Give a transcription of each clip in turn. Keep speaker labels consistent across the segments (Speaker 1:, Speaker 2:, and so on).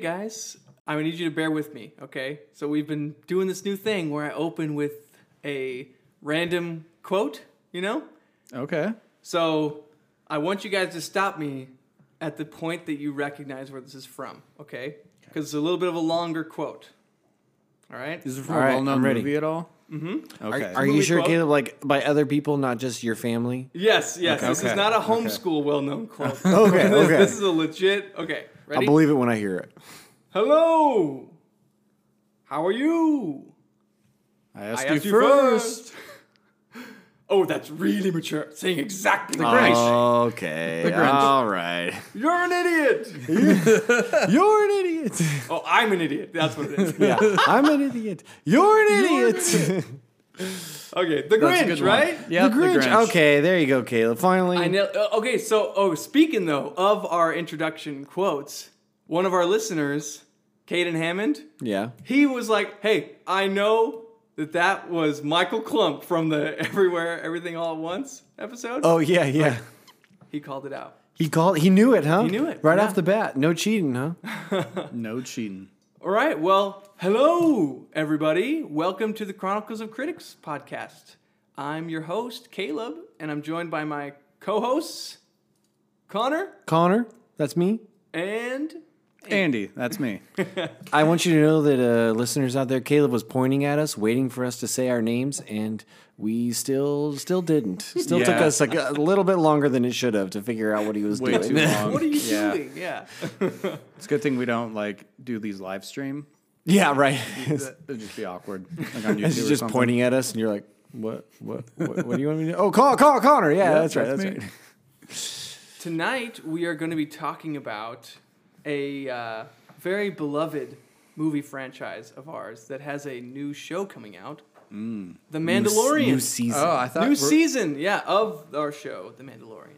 Speaker 1: guys, I need you to bear with me, okay? So we've been doing this new thing where I open with a random quote, you know?
Speaker 2: Okay.
Speaker 1: So I want you guys to stop me at the point that you recognize where this is from, okay? Because it's a little bit of a longer quote. All right?
Speaker 2: Is it from
Speaker 3: All
Speaker 2: a
Speaker 3: right,
Speaker 2: well-known
Speaker 3: I'm ready.
Speaker 2: movie at all? Mm-hmm.
Speaker 3: Are,
Speaker 2: Okay.
Speaker 3: are you
Speaker 1: Movie
Speaker 3: sure,
Speaker 1: quote.
Speaker 3: Caleb? Like by other people, not just your family?
Speaker 1: Yes, yes. this is
Speaker 2: Okay.
Speaker 1: not a homeschool well-known quote.
Speaker 3: Okay,
Speaker 1: this,
Speaker 3: okay.
Speaker 1: this is a legit. Okay,
Speaker 3: I
Speaker 1: ready?
Speaker 3: believe it when I hear it.
Speaker 1: Hello. How are you?
Speaker 2: I asked,
Speaker 1: I asked
Speaker 2: you,
Speaker 1: you
Speaker 2: first.
Speaker 1: Oh, that's really mature. Saying exactly the right. thing.
Speaker 3: Okay. All right.
Speaker 1: You're an idiot.
Speaker 3: You're an idiot.
Speaker 1: oh, I'm an idiot. That's what it is.
Speaker 3: yeah, I'm an idiot. You're an idiot.
Speaker 1: Okay, the
Speaker 2: That's a good
Speaker 1: Grinch,
Speaker 2: one.
Speaker 1: right?
Speaker 2: Yep,
Speaker 3: the, Grinch. Okay, there you go, Caleb. Finally.
Speaker 1: I know. uh, Okay, so oh, speaking though of our introduction quotes, one of our listeners, Caden Hammond,
Speaker 3: Yeah.
Speaker 1: he was like, "Hey, I know that that was Michael Klump from the Everywhere Everything All at Once episode."
Speaker 3: Oh yeah, yeah.
Speaker 1: He called it out.
Speaker 3: he called. He knew it, huh? He
Speaker 1: knew it,
Speaker 3: right
Speaker 1: yeah.
Speaker 3: off the bat. No cheating, huh?
Speaker 2: No cheating.
Speaker 1: All right. Well, hello everybody. Welcome to the Chronicles of Critics podcast. I'm your host Caleb, and I'm joined by my co-hosts Connor
Speaker 3: Connor, that's me.
Speaker 1: and
Speaker 2: Andy, that's me.
Speaker 3: I want you to know that uh, listeners out there, Caleb was pointing at us, waiting for us to say our names, and we still still didn't. Still took
Speaker 2: Yeah.
Speaker 3: us like a little bit longer than it should have to figure out what he was
Speaker 2: Way
Speaker 3: doing.
Speaker 2: too long.
Speaker 1: what are you
Speaker 2: Yeah.
Speaker 1: doing? Yeah.
Speaker 2: It's a good thing we don't like do these live stream.
Speaker 3: Yeah, right.
Speaker 2: It'd just be awkward. Like on YouTube
Speaker 3: He's
Speaker 2: or
Speaker 3: just
Speaker 2: something.
Speaker 3: pointing at us, and you're like, "What? What? What, what do you want me to do?" Oh, call, call Connor. Yeah, that's right. That's
Speaker 2: that's me.
Speaker 3: right.
Speaker 1: Tonight we are going to be talking about a uh, very beloved movie franchise of ours that has a new show coming out.
Speaker 2: Mm.
Speaker 1: The Mandalorian.
Speaker 3: New season.
Speaker 2: Oh, I thought
Speaker 1: New
Speaker 2: we're-
Speaker 1: season, yeah, of our show, The Mandalorian.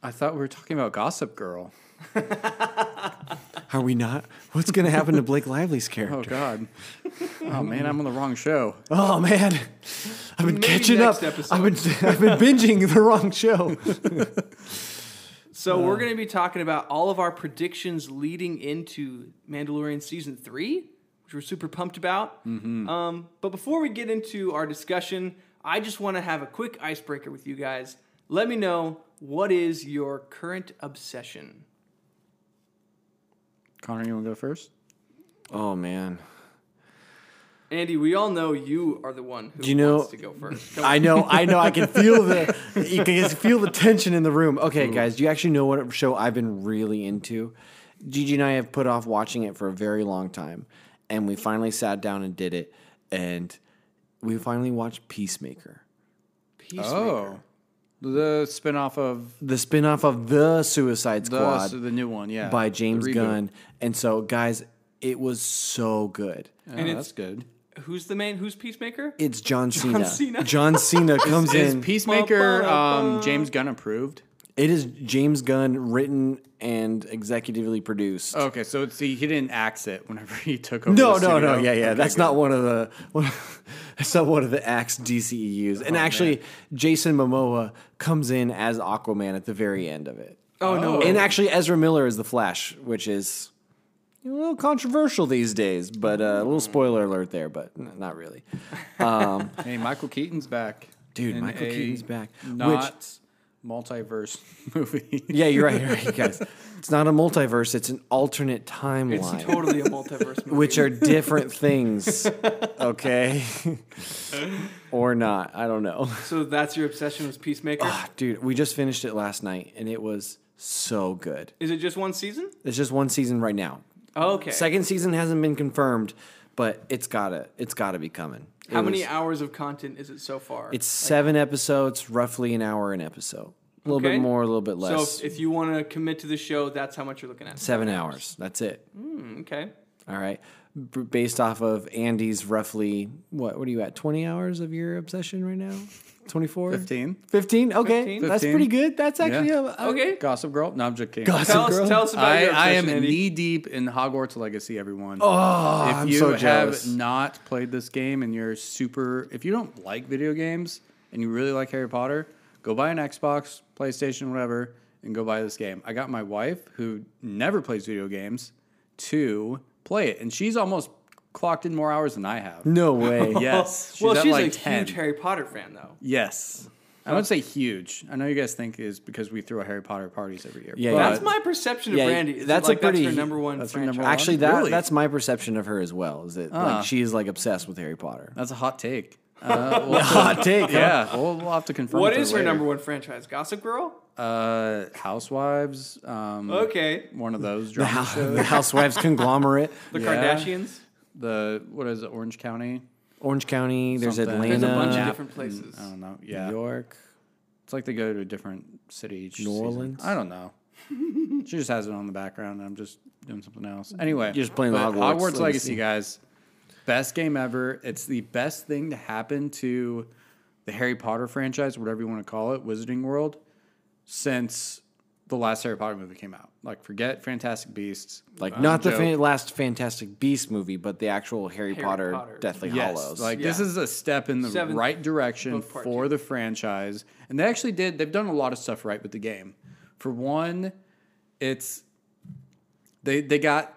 Speaker 2: I thought we were talking about Gossip Girl.
Speaker 3: Are we not? What's going to happen to Blake Lively's
Speaker 2: Oh
Speaker 3: character?
Speaker 2: God. oh man, I'm on the wrong show.
Speaker 3: Oh, man, I've been
Speaker 1: Maybe
Speaker 3: catching
Speaker 1: next
Speaker 3: up.
Speaker 1: episode.
Speaker 3: I've been I've been binging the wrong show.
Speaker 1: So we're going to be talking about all of our predictions leading into Mandalorian season three, which we're super pumped about. Um, but before we get into our discussion, I just want to have a quick icebreaker with you guys. Let me know what is your current obsession.
Speaker 2: Connor, you want to go first?
Speaker 3: oh man,
Speaker 1: Andy, we all know you are the one who
Speaker 3: you know-
Speaker 1: wants to go first. Come on.
Speaker 3: I know, I know. I can feel the you can just feel the tension in the room.
Speaker 2: Mm.
Speaker 3: Okay, guys, do you actually know what show I've been really into? Gigi and I have put off watching it for a very long time, and we finally sat down and did it, and we finally watched Peacemaker.
Speaker 1: Peacemaker.
Speaker 2: the spinoff of
Speaker 3: the spin-off of the Suicide
Speaker 2: the
Speaker 3: Squad
Speaker 2: so the new one, yeah,
Speaker 3: by
Speaker 2: The
Speaker 3: James
Speaker 2: reboot.
Speaker 3: Gunn. And so, guys, it was so good.
Speaker 2: Oh,
Speaker 1: And it's-
Speaker 2: that's good.
Speaker 1: Who's the main? Who's Peacemaker?
Speaker 3: It's John Cena.
Speaker 1: Cena.
Speaker 3: John Cena comes
Speaker 2: Is
Speaker 3: in.
Speaker 2: Peacemaker um, James Gunn approved?
Speaker 3: It is James Gunn written and executively produced.
Speaker 2: Okay, so it's, he didn't axe it whenever he took over.
Speaker 3: no,
Speaker 2: the
Speaker 3: no, no,
Speaker 2: studio.
Speaker 3: yeah, yeah.
Speaker 2: Okay,
Speaker 3: that's
Speaker 2: good.
Speaker 3: not one of the one, that's not one of the acts DCE use. And actually, Jason Momoa comes in as Aquaman at the very end of it.
Speaker 1: oh no.
Speaker 3: And actually, Ezra Miller is the Flash, which is a little controversial these days. But uh, a little spoiler alert there, but n- not really.
Speaker 2: Hey, Michael Keaton's back,
Speaker 3: Dude,
Speaker 2: in
Speaker 3: Michael
Speaker 2: a
Speaker 3: Keaton's back. Which-
Speaker 2: Not multiverse movie.
Speaker 3: Yeah, you're right, you're right, guys. It's not a multiverse; it's an alternate timeline,
Speaker 1: It's totally a multiverse movie.
Speaker 3: which are different things. Okay, or not? I don't know.
Speaker 1: so that's your obsession was Peacemaker.
Speaker 3: Ah, Dude, we just finished it last night, and it was so good.
Speaker 1: Is it just one season?
Speaker 3: It's just one season right now.
Speaker 1: Okay.
Speaker 3: Second season hasn't been confirmed, but it's gotta it's gotta be coming. It
Speaker 1: How many
Speaker 3: was-
Speaker 1: hours of content is it so far?
Speaker 3: It's seven episodes, roughly an hour an episode. A little
Speaker 1: Okay.
Speaker 3: bit more, a little bit less.
Speaker 1: So if, if you want to commit to the show, that's how much you're looking at.
Speaker 3: Seven hours. That's it.
Speaker 1: Mm, okay.
Speaker 3: All right. B- based off of Andy's roughly what? What are you at? Twenty hours of your obsession right now? Twenty four.
Speaker 2: Fifteen.
Speaker 3: Fifteen. Okay,
Speaker 1: Fifteen.
Speaker 3: that's
Speaker 2: 15.
Speaker 3: pretty good. That's actually
Speaker 2: Yeah.
Speaker 3: a, a-
Speaker 1: Okay.
Speaker 2: Gossip Girl. No, I'm just kidding.
Speaker 3: Gossip
Speaker 1: Tell
Speaker 3: Girl.
Speaker 1: us, tell us about
Speaker 2: I,
Speaker 1: your
Speaker 2: I am
Speaker 1: obsession, Andy.
Speaker 2: knee deep in Hogwarts Legacy, everyone.
Speaker 3: Oh,
Speaker 2: if
Speaker 3: I'm
Speaker 2: you
Speaker 3: so
Speaker 2: have
Speaker 3: jealous.
Speaker 2: not played this game and you're super, if you don't like video games and you really like Harry Potter, go buy an Xbox, PlayStation, whatever, and go buy this game. I got my wife who never plays video games to play it, and she's almost clocked in more hours than I have.
Speaker 3: No way.
Speaker 2: Yes,
Speaker 1: well,
Speaker 2: at
Speaker 1: she's
Speaker 2: like
Speaker 1: a
Speaker 2: 10.
Speaker 1: huge Harry Potter fan, though.
Speaker 2: Yes. I would say huge. I know you guys think is because we throw Harry Potter parties every year.
Speaker 3: Yeah,
Speaker 2: but
Speaker 3: yeah.
Speaker 1: That's my perception of
Speaker 3: Yeah,
Speaker 1: Brandy. is
Speaker 3: that's a
Speaker 1: like that's
Speaker 3: pretty-
Speaker 1: her number one
Speaker 2: that's her
Speaker 1: franchise.
Speaker 2: number one.
Speaker 3: Actually, that
Speaker 2: Really?
Speaker 3: that's my perception of her as well. Is that
Speaker 2: Ah.
Speaker 3: like she is like obsessed with Harry Potter?
Speaker 2: that's a hot take. Uh, we'll
Speaker 3: Hot take. huh?
Speaker 2: yeah, we'll, we'll have to confirm.
Speaker 1: What
Speaker 2: with
Speaker 1: is her
Speaker 2: later.
Speaker 1: number one franchise? Gossip Girl.
Speaker 2: Uh, Housewives. Um,
Speaker 1: Okay.
Speaker 2: One of those drama shows.
Speaker 3: the Housewives conglomerate,
Speaker 1: The
Speaker 2: Yeah.
Speaker 1: Kardashians.
Speaker 2: The what is it? Orange County.
Speaker 3: Orange County. There's
Speaker 2: Something.
Speaker 3: Atlanta,
Speaker 1: There's a bunch
Speaker 2: Yeah.
Speaker 1: of different places.
Speaker 2: I don't know. Yeah,
Speaker 3: New York.
Speaker 2: it's like they go to a different city each.
Speaker 3: New
Speaker 2: season.
Speaker 3: Orleans?
Speaker 2: I don't know. she just has it on the background, and I'm just doing something else. Anyway,
Speaker 3: You're just playing the
Speaker 2: but
Speaker 3: Hogwarts
Speaker 2: Legacy,
Speaker 3: Legacy.
Speaker 2: guys. Best game ever. It's the best thing to happen to the Harry Potter franchise, whatever you want to call it, Wizarding World, since the last Harry Potter movie came out. Like, forget Fantastic Beasts.
Speaker 3: Like
Speaker 2: Um,
Speaker 3: not the
Speaker 2: joke.
Speaker 3: fa- last Fantastic Beast movie, but the actual Harry,
Speaker 1: Harry
Speaker 3: Potter,
Speaker 1: Potter.
Speaker 3: Deathly Hollows.
Speaker 2: Like this
Speaker 1: Yeah.
Speaker 2: is a step in the
Speaker 1: Seventh
Speaker 2: right direction
Speaker 1: book part
Speaker 2: for the franchise. And they actually did they've done a lot of stuff right with the game. For one, it's they they got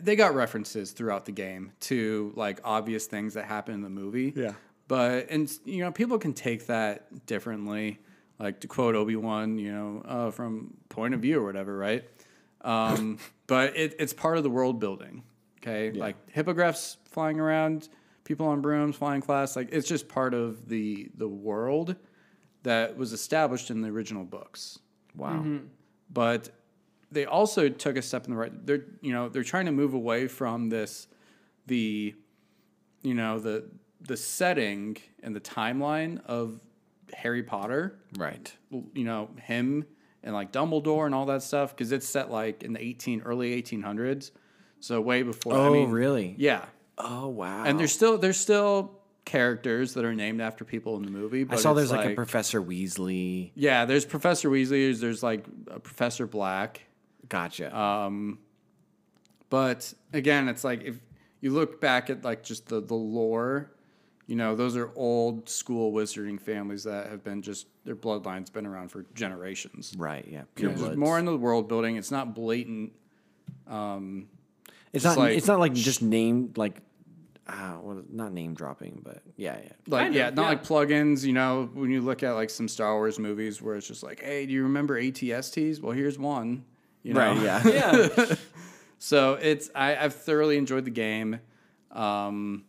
Speaker 2: they got references throughout the game to like obvious things that happen in the movie.
Speaker 3: Yeah.
Speaker 2: But and you know people can take that differently. Like to quote Obi Wan, you know, uh, from point of view or whatever, right? Um, but it, it's part of the world building. Okay, like hippogriffs flying around, people on brooms flying class. Like it's just part of the the world that was established in the original books
Speaker 3: wow.
Speaker 2: but they also took a step in the right they're you know they're trying to move away from this the you know the the setting and the timeline of Harry Potter
Speaker 3: Right.
Speaker 2: you know him and like Dumbledore and all that stuff because it's set like in the 18 early 1800s so way before I
Speaker 3: Oh,
Speaker 2: mean,
Speaker 3: really?
Speaker 2: yeah
Speaker 3: Oh, wow.
Speaker 2: and there's still there's still characters that are named after people in the movie
Speaker 3: I
Speaker 2: but
Speaker 3: saw there's
Speaker 2: it's
Speaker 3: like, a Professor Weasley.
Speaker 2: yeah there's Professor Weasley there's, there's like a Professor Black
Speaker 3: Gotcha.
Speaker 2: Uh, But again, it's like if you look back at like just the the lore, you know, those are old school wizarding families that have been just their bloodline's been around for generations.
Speaker 3: right. Yeah.
Speaker 2: You
Speaker 3: Pure
Speaker 2: know, There's
Speaker 3: bloods.
Speaker 2: more into the world building. It's not blatant.
Speaker 3: It's not.
Speaker 2: like-
Speaker 3: it's not like just name like. Uh, well, not name dropping, but yeah, yeah.
Speaker 2: Like
Speaker 1: Kind of,
Speaker 2: yeah, not
Speaker 1: yeah.
Speaker 2: like plugins. You know, when you look at like some Star Wars movies where it's just like, hey, do you remember ATSTs? Well, here's one. You know?
Speaker 3: Oh, Yeah.
Speaker 1: Yeah.
Speaker 2: So it's I, I've thoroughly enjoyed the game. Um,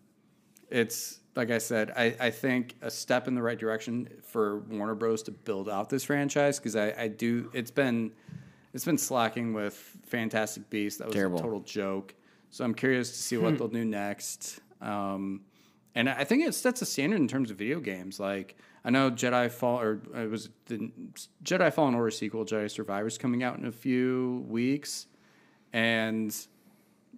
Speaker 2: it's like I said, I, I think a step in the right direction for Warner Bros. to build out this franchise because I, I do it's been it's been slacking with Fantastic Beasts. That was
Speaker 3: Terrible.
Speaker 2: a total joke. So I'm curious to see what they'll do next. Um, and I think it sets a standard in terms of video games. Like I know Jedi Fall or it was the Jedi Fallen Order sequel, Jedi Survivors coming out in a few weeks and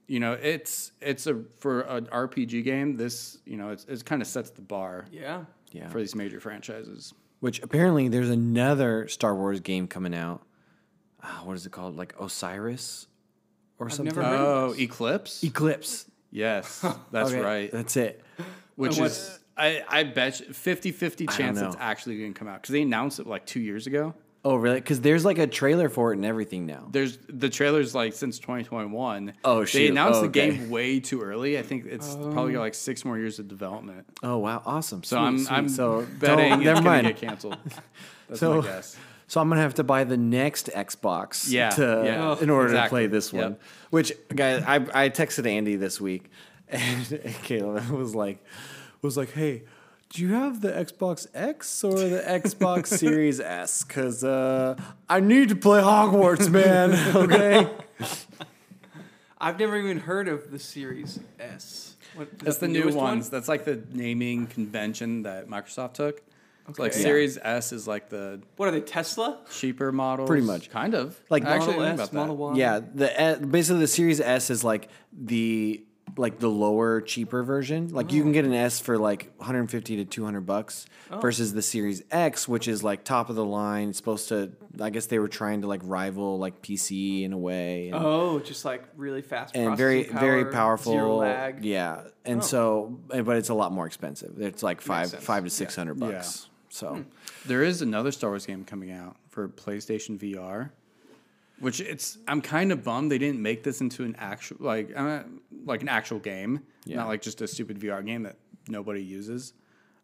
Speaker 2: you know it's it's a for an RPG game. This you know it's, it kind of sets the bar
Speaker 1: yeah.
Speaker 3: Yeah.
Speaker 2: for these major franchises.
Speaker 3: Which apparently there's another Star Wars game coming out. Uh, what is it called? Like Osiris or something?
Speaker 1: never heard of E-
Speaker 2: Oh, Eclipse.
Speaker 3: Eclipse.
Speaker 2: yes, that's
Speaker 3: Okay,
Speaker 2: right.
Speaker 3: That's it.
Speaker 2: Which
Speaker 1: And what-
Speaker 2: is I I bet you 50-50 chance it's
Speaker 3: know.
Speaker 2: actually going to come out because they announced it like two years ago.
Speaker 3: Oh, really? Because there's like a trailer for it and everything now.
Speaker 2: There's the trailers like since 2021.
Speaker 3: Oh,
Speaker 2: They
Speaker 3: shoot.
Speaker 2: announced
Speaker 3: Oh,
Speaker 2: the
Speaker 3: okay.
Speaker 2: game way too early. I think it's probably
Speaker 1: Oh.
Speaker 2: got like six more years of development.
Speaker 3: Oh, wow. Awesome.
Speaker 2: So I'm I'm
Speaker 3: so don't-
Speaker 2: betting it's
Speaker 3: never
Speaker 2: going to
Speaker 3: mind.
Speaker 2: get canceled. That's
Speaker 3: So-
Speaker 2: my guess.
Speaker 3: So I'm gonna have to buy the next Xbox,
Speaker 2: Yeah,
Speaker 3: to,
Speaker 2: yeah.
Speaker 3: in order to
Speaker 2: Oh, Exactly.
Speaker 3: play this one.
Speaker 2: Yep.
Speaker 3: Which, guys, I, I texted Andy this week, and Caleb was like, was like, hey, do you have the Xbox X or the Xbox Series S? Because uh, I need to play Hogwarts, man. Okay,
Speaker 1: I've never even heard of the Series S. What, is
Speaker 2: That's
Speaker 1: that
Speaker 2: the, new ones.
Speaker 1: newest one?
Speaker 2: That's like the naming convention that Microsoft took. It's like
Speaker 1: Okay.
Speaker 2: Series S is like the
Speaker 1: What are they? Tesla?
Speaker 2: cheaper model.
Speaker 3: Pretty much.
Speaker 2: Kind of.
Speaker 3: Like
Speaker 2: I actually
Speaker 1: Model
Speaker 2: learned
Speaker 1: S,
Speaker 2: about that.
Speaker 1: Model Y.
Speaker 3: yeah. The eh, basically the Series S is like the like the lower, cheaper version. Like you can get an S for like 150 to 200 bucks
Speaker 1: Oh.
Speaker 3: versus the Series X, which is like top of the line. It's supposed to, I guess they were trying to like rival like PC in a way. And,
Speaker 1: Oh, just like really fast
Speaker 3: and very,
Speaker 1: Oh, processing power,
Speaker 3: very powerful.
Speaker 1: Zero lag. Oh.
Speaker 3: Yeah. And so, eh, but it's a lot more expensive. It's like five,
Speaker 1: sense. Hmm.
Speaker 3: five to 600 bucks. So
Speaker 2: There is another Star Wars game coming out for PlayStation VR. Which it's I'm kind of bummed they didn't make this into an actual like uh, like an actual game, not like just a stupid VR game that nobody uses.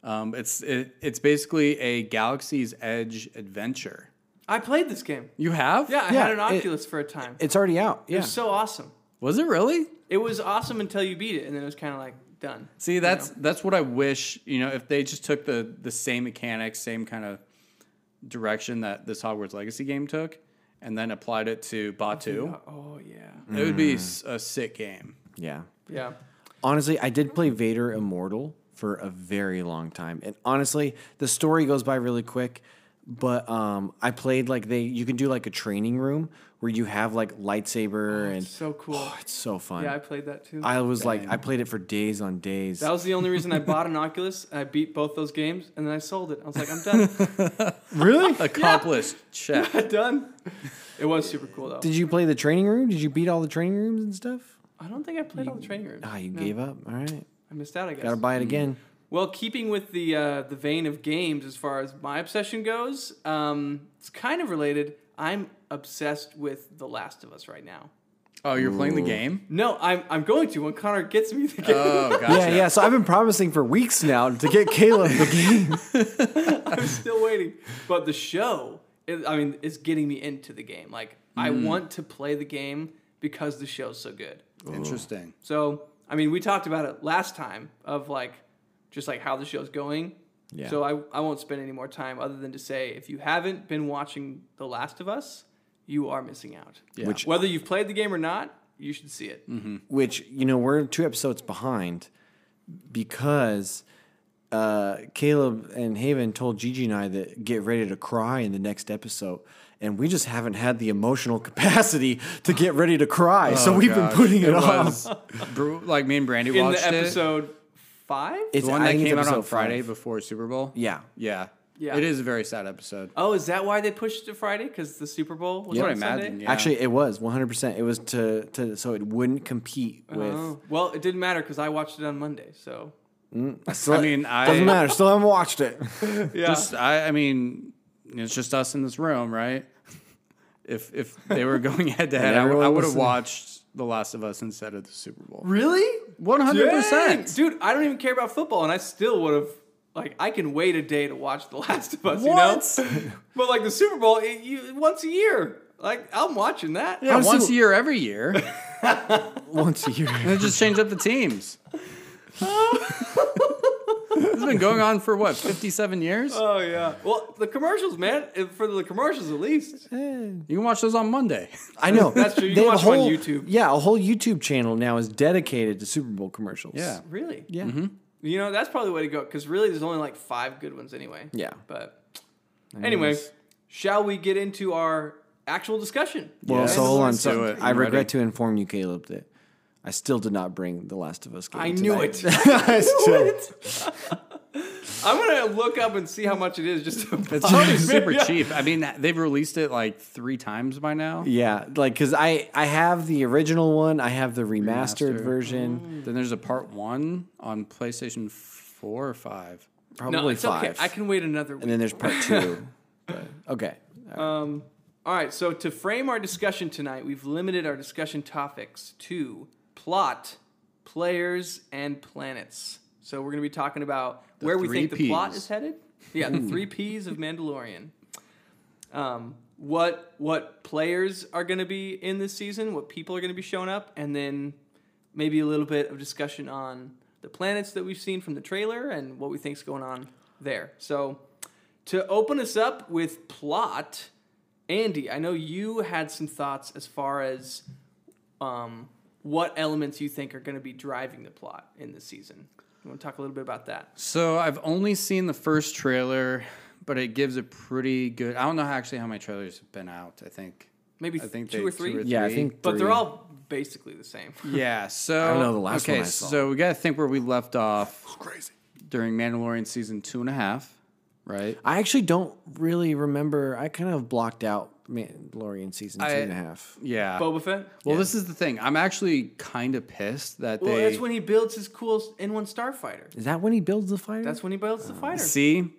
Speaker 2: Um, it's it, it's basically a Galaxy's Edge adventure.
Speaker 1: I played this game.
Speaker 2: You have?
Speaker 1: Yeah, I
Speaker 3: Yeah,
Speaker 1: had an
Speaker 3: it-
Speaker 1: Oculus for a time.
Speaker 3: It's already out.
Speaker 1: it
Speaker 3: Yeah.
Speaker 1: was so awesome.
Speaker 2: Was it really?
Speaker 1: It was awesome until you beat it, and then it was kind of like done.
Speaker 2: See, that's that's what I wish. You know, if they just took the the same mechanics, same kind of direction that this Hogwarts Legacy game took, and then applied it to Batu,
Speaker 1: Oh yeah,
Speaker 2: it would
Speaker 3: Mm.
Speaker 2: be s- a sick game.
Speaker 3: yeah.
Speaker 1: yeah.
Speaker 3: Honestly, I did play Vader Immortal for a very long time. And honestly, the story goes by really quick. But um, I played like they you can do like a training room where you have like lightsaber and
Speaker 1: So cool.
Speaker 3: Oh, it's so fun.
Speaker 1: yeah, I played that too.
Speaker 3: I was like I played it for days on days.
Speaker 1: that was the only reason I bought an Oculus. And I beat both those games, and then I sold it. I was like, I'm done.
Speaker 3: really?
Speaker 2: Accomplished. Check.
Speaker 1: I'm done. It was super cool though.
Speaker 3: Did you play the training room? Did you beat all the training rooms and stuff?
Speaker 1: I don't think I played all the training rooms.
Speaker 3: Ah, you
Speaker 1: No,
Speaker 3: gave up. All right.
Speaker 1: I missed out. I guess.
Speaker 3: Gotta buy it again.
Speaker 1: Well, keeping with the uh, the vein of games as far as my obsession goes, um, it's kind of related. I'm obsessed with The Last of Us right now.
Speaker 2: Oh, you're playing the game?
Speaker 1: No, I'm I'm going to when Connor gets me the game.
Speaker 2: Oh, gotcha.
Speaker 3: Yeah, yeah. So I've been promising for weeks now to get Caleb the game.
Speaker 1: I'm still waiting. But the show, it, I mean, is getting me into the game. Like I want to play the game because the show's so good.
Speaker 2: Interesting.
Speaker 1: So I mean, we talked about it last time of like just like how the show's going.
Speaker 3: Yeah.
Speaker 1: So I, I won't spend any more time other than to say if you haven't been watching The Last of Us, you are missing out.
Speaker 2: Yeah. Which-
Speaker 1: whether you've played the game or not, you should see it.
Speaker 3: Which you know we're two episodes behind because uh, Caleb and Haven told Gigi and I that get ready to cry in the next episode, and we just haven't had the emotional capacity to get ready to cry. so
Speaker 2: Oh,
Speaker 3: we've
Speaker 2: gosh.
Speaker 3: been putting it, off.
Speaker 2: was bru- like me and Brandy
Speaker 1: In
Speaker 2: watched
Speaker 1: the episode five?
Speaker 2: it.
Speaker 3: It's
Speaker 2: The one
Speaker 3: I
Speaker 2: that
Speaker 3: think it's
Speaker 2: came out on
Speaker 3: episode
Speaker 2: Friday
Speaker 3: five.
Speaker 2: before Super Bowl.
Speaker 3: Yeah.
Speaker 2: Yeah.
Speaker 1: Yeah.
Speaker 2: It is a very sad episode.
Speaker 1: oh, is that why they pushed it to Friday? Because the Super Bowl was on
Speaker 2: That's what I
Speaker 1: Sunday?
Speaker 2: imagine. Yeah.
Speaker 3: Actually, it was 100%. It was to, to so it wouldn't compete with.
Speaker 1: Oh. Well, it didn't matter because I watched it on Monday. So
Speaker 3: Still-
Speaker 2: I mean, I-
Speaker 3: doesn't matter. Still haven't watched it.
Speaker 1: yeah,
Speaker 2: Just I, I mean, it's just us in this room, right? If if they were going head to head, I,
Speaker 3: everyone
Speaker 2: would have
Speaker 3: listening.
Speaker 2: watched The Last of Us instead of the Super Bowl.
Speaker 1: really
Speaker 2: One hundred percent.
Speaker 1: dude. I don't even care about football, and I still would have. Like I can wait a day to watch The Last of Us, you know. but like the Super Bowl, it, you, once a year, like I'm watching that.
Speaker 2: Yeah,
Speaker 3: Honestly-
Speaker 2: once a year, every year, and
Speaker 3: Once a year.
Speaker 2: they just change up the teams. it's been going on for what fifty-seven years.
Speaker 1: Oh yeah. Well, the commercials, man. if- For the commercials, at least.
Speaker 2: You can watch those on Monday.
Speaker 3: I know.
Speaker 1: That's true. You
Speaker 3: have a
Speaker 1: watch them on
Speaker 3: whole-
Speaker 1: YouTube.
Speaker 3: Yeah, a whole YouTube channel now is dedicated to Super Bowl commercials.
Speaker 2: Yeah. Mm-hmm.
Speaker 1: Really?
Speaker 3: Yeah.
Speaker 1: You know, that's probably the way to go because really, there's only like five good ones anyway.
Speaker 3: Yeah.
Speaker 1: But anyway, shall we get into our actual discussion?
Speaker 3: Well,
Speaker 2: Yeah.
Speaker 3: so hold on.
Speaker 2: Let's do
Speaker 3: So
Speaker 2: it.
Speaker 3: I
Speaker 2: I'm
Speaker 3: regret
Speaker 2: ready.
Speaker 3: to inform you, Caleb, that I still did not bring The Last of Us game.
Speaker 1: I knew
Speaker 3: tonight.
Speaker 1: it.
Speaker 3: I still,
Speaker 1: I'm gonna look up and see how much it is. Just to
Speaker 2: It's
Speaker 3: Oh,
Speaker 2: probably super cheap. I mean, they've released it like three times by now.
Speaker 3: Yeah, like because I I have the original one. I have the remastered,
Speaker 2: Remastered.
Speaker 1: Mm.
Speaker 3: version.
Speaker 2: Then there's a part one on PlayStation four or five.
Speaker 3: Probably
Speaker 1: no, it's
Speaker 3: five.
Speaker 1: okay. I can wait another week.
Speaker 3: And then there's part two. but, okay.
Speaker 1: All right, so to frame our discussion tonight, we've limited our discussion topics to plot, players, and planets. So we're going to be talking about where we
Speaker 2: three
Speaker 1: think the plot
Speaker 2: Ps.
Speaker 1: is headed. Yeah, the three P's of Mandalorian. Um, what what players are going to be in this season? What people are going to be showing up, and then maybe a little bit of discussion on the planets that we've seen from the trailer and what we think's going on there. So to open us up with plot, Andy, I know you had some thoughts as far as um, what elements you think are going to be driving the plot in this season. You want to talk a little bit about that?
Speaker 2: So I've only seen the first trailer, but it gives a pretty good. I don't know how, actually how many trailers have been out. I think,
Speaker 1: Maybe
Speaker 2: I think
Speaker 1: two,
Speaker 2: they-
Speaker 1: or three,
Speaker 3: Yeah, I
Speaker 2: Three.
Speaker 3: think.
Speaker 1: but
Speaker 3: three.
Speaker 1: they're all basically the same.
Speaker 2: yeah. So
Speaker 3: don't know the last
Speaker 2: okay,
Speaker 3: one I saw.
Speaker 2: so we got to think where we left off
Speaker 3: crazy.
Speaker 2: during Mandalorian season two and a half, right?
Speaker 3: I actually don't really remember. I kind of blocked out Mandalorian season two
Speaker 2: I-
Speaker 3: and a half.
Speaker 2: Yeah.
Speaker 1: Boba Fett.
Speaker 2: well, this is the thing. I'm actually kind of pissed that
Speaker 1: Well,
Speaker 2: they
Speaker 1: that's when he builds his cool N1 starfighter.
Speaker 3: Is that when he builds the fire?
Speaker 1: That's when he builds the fighter.
Speaker 2: see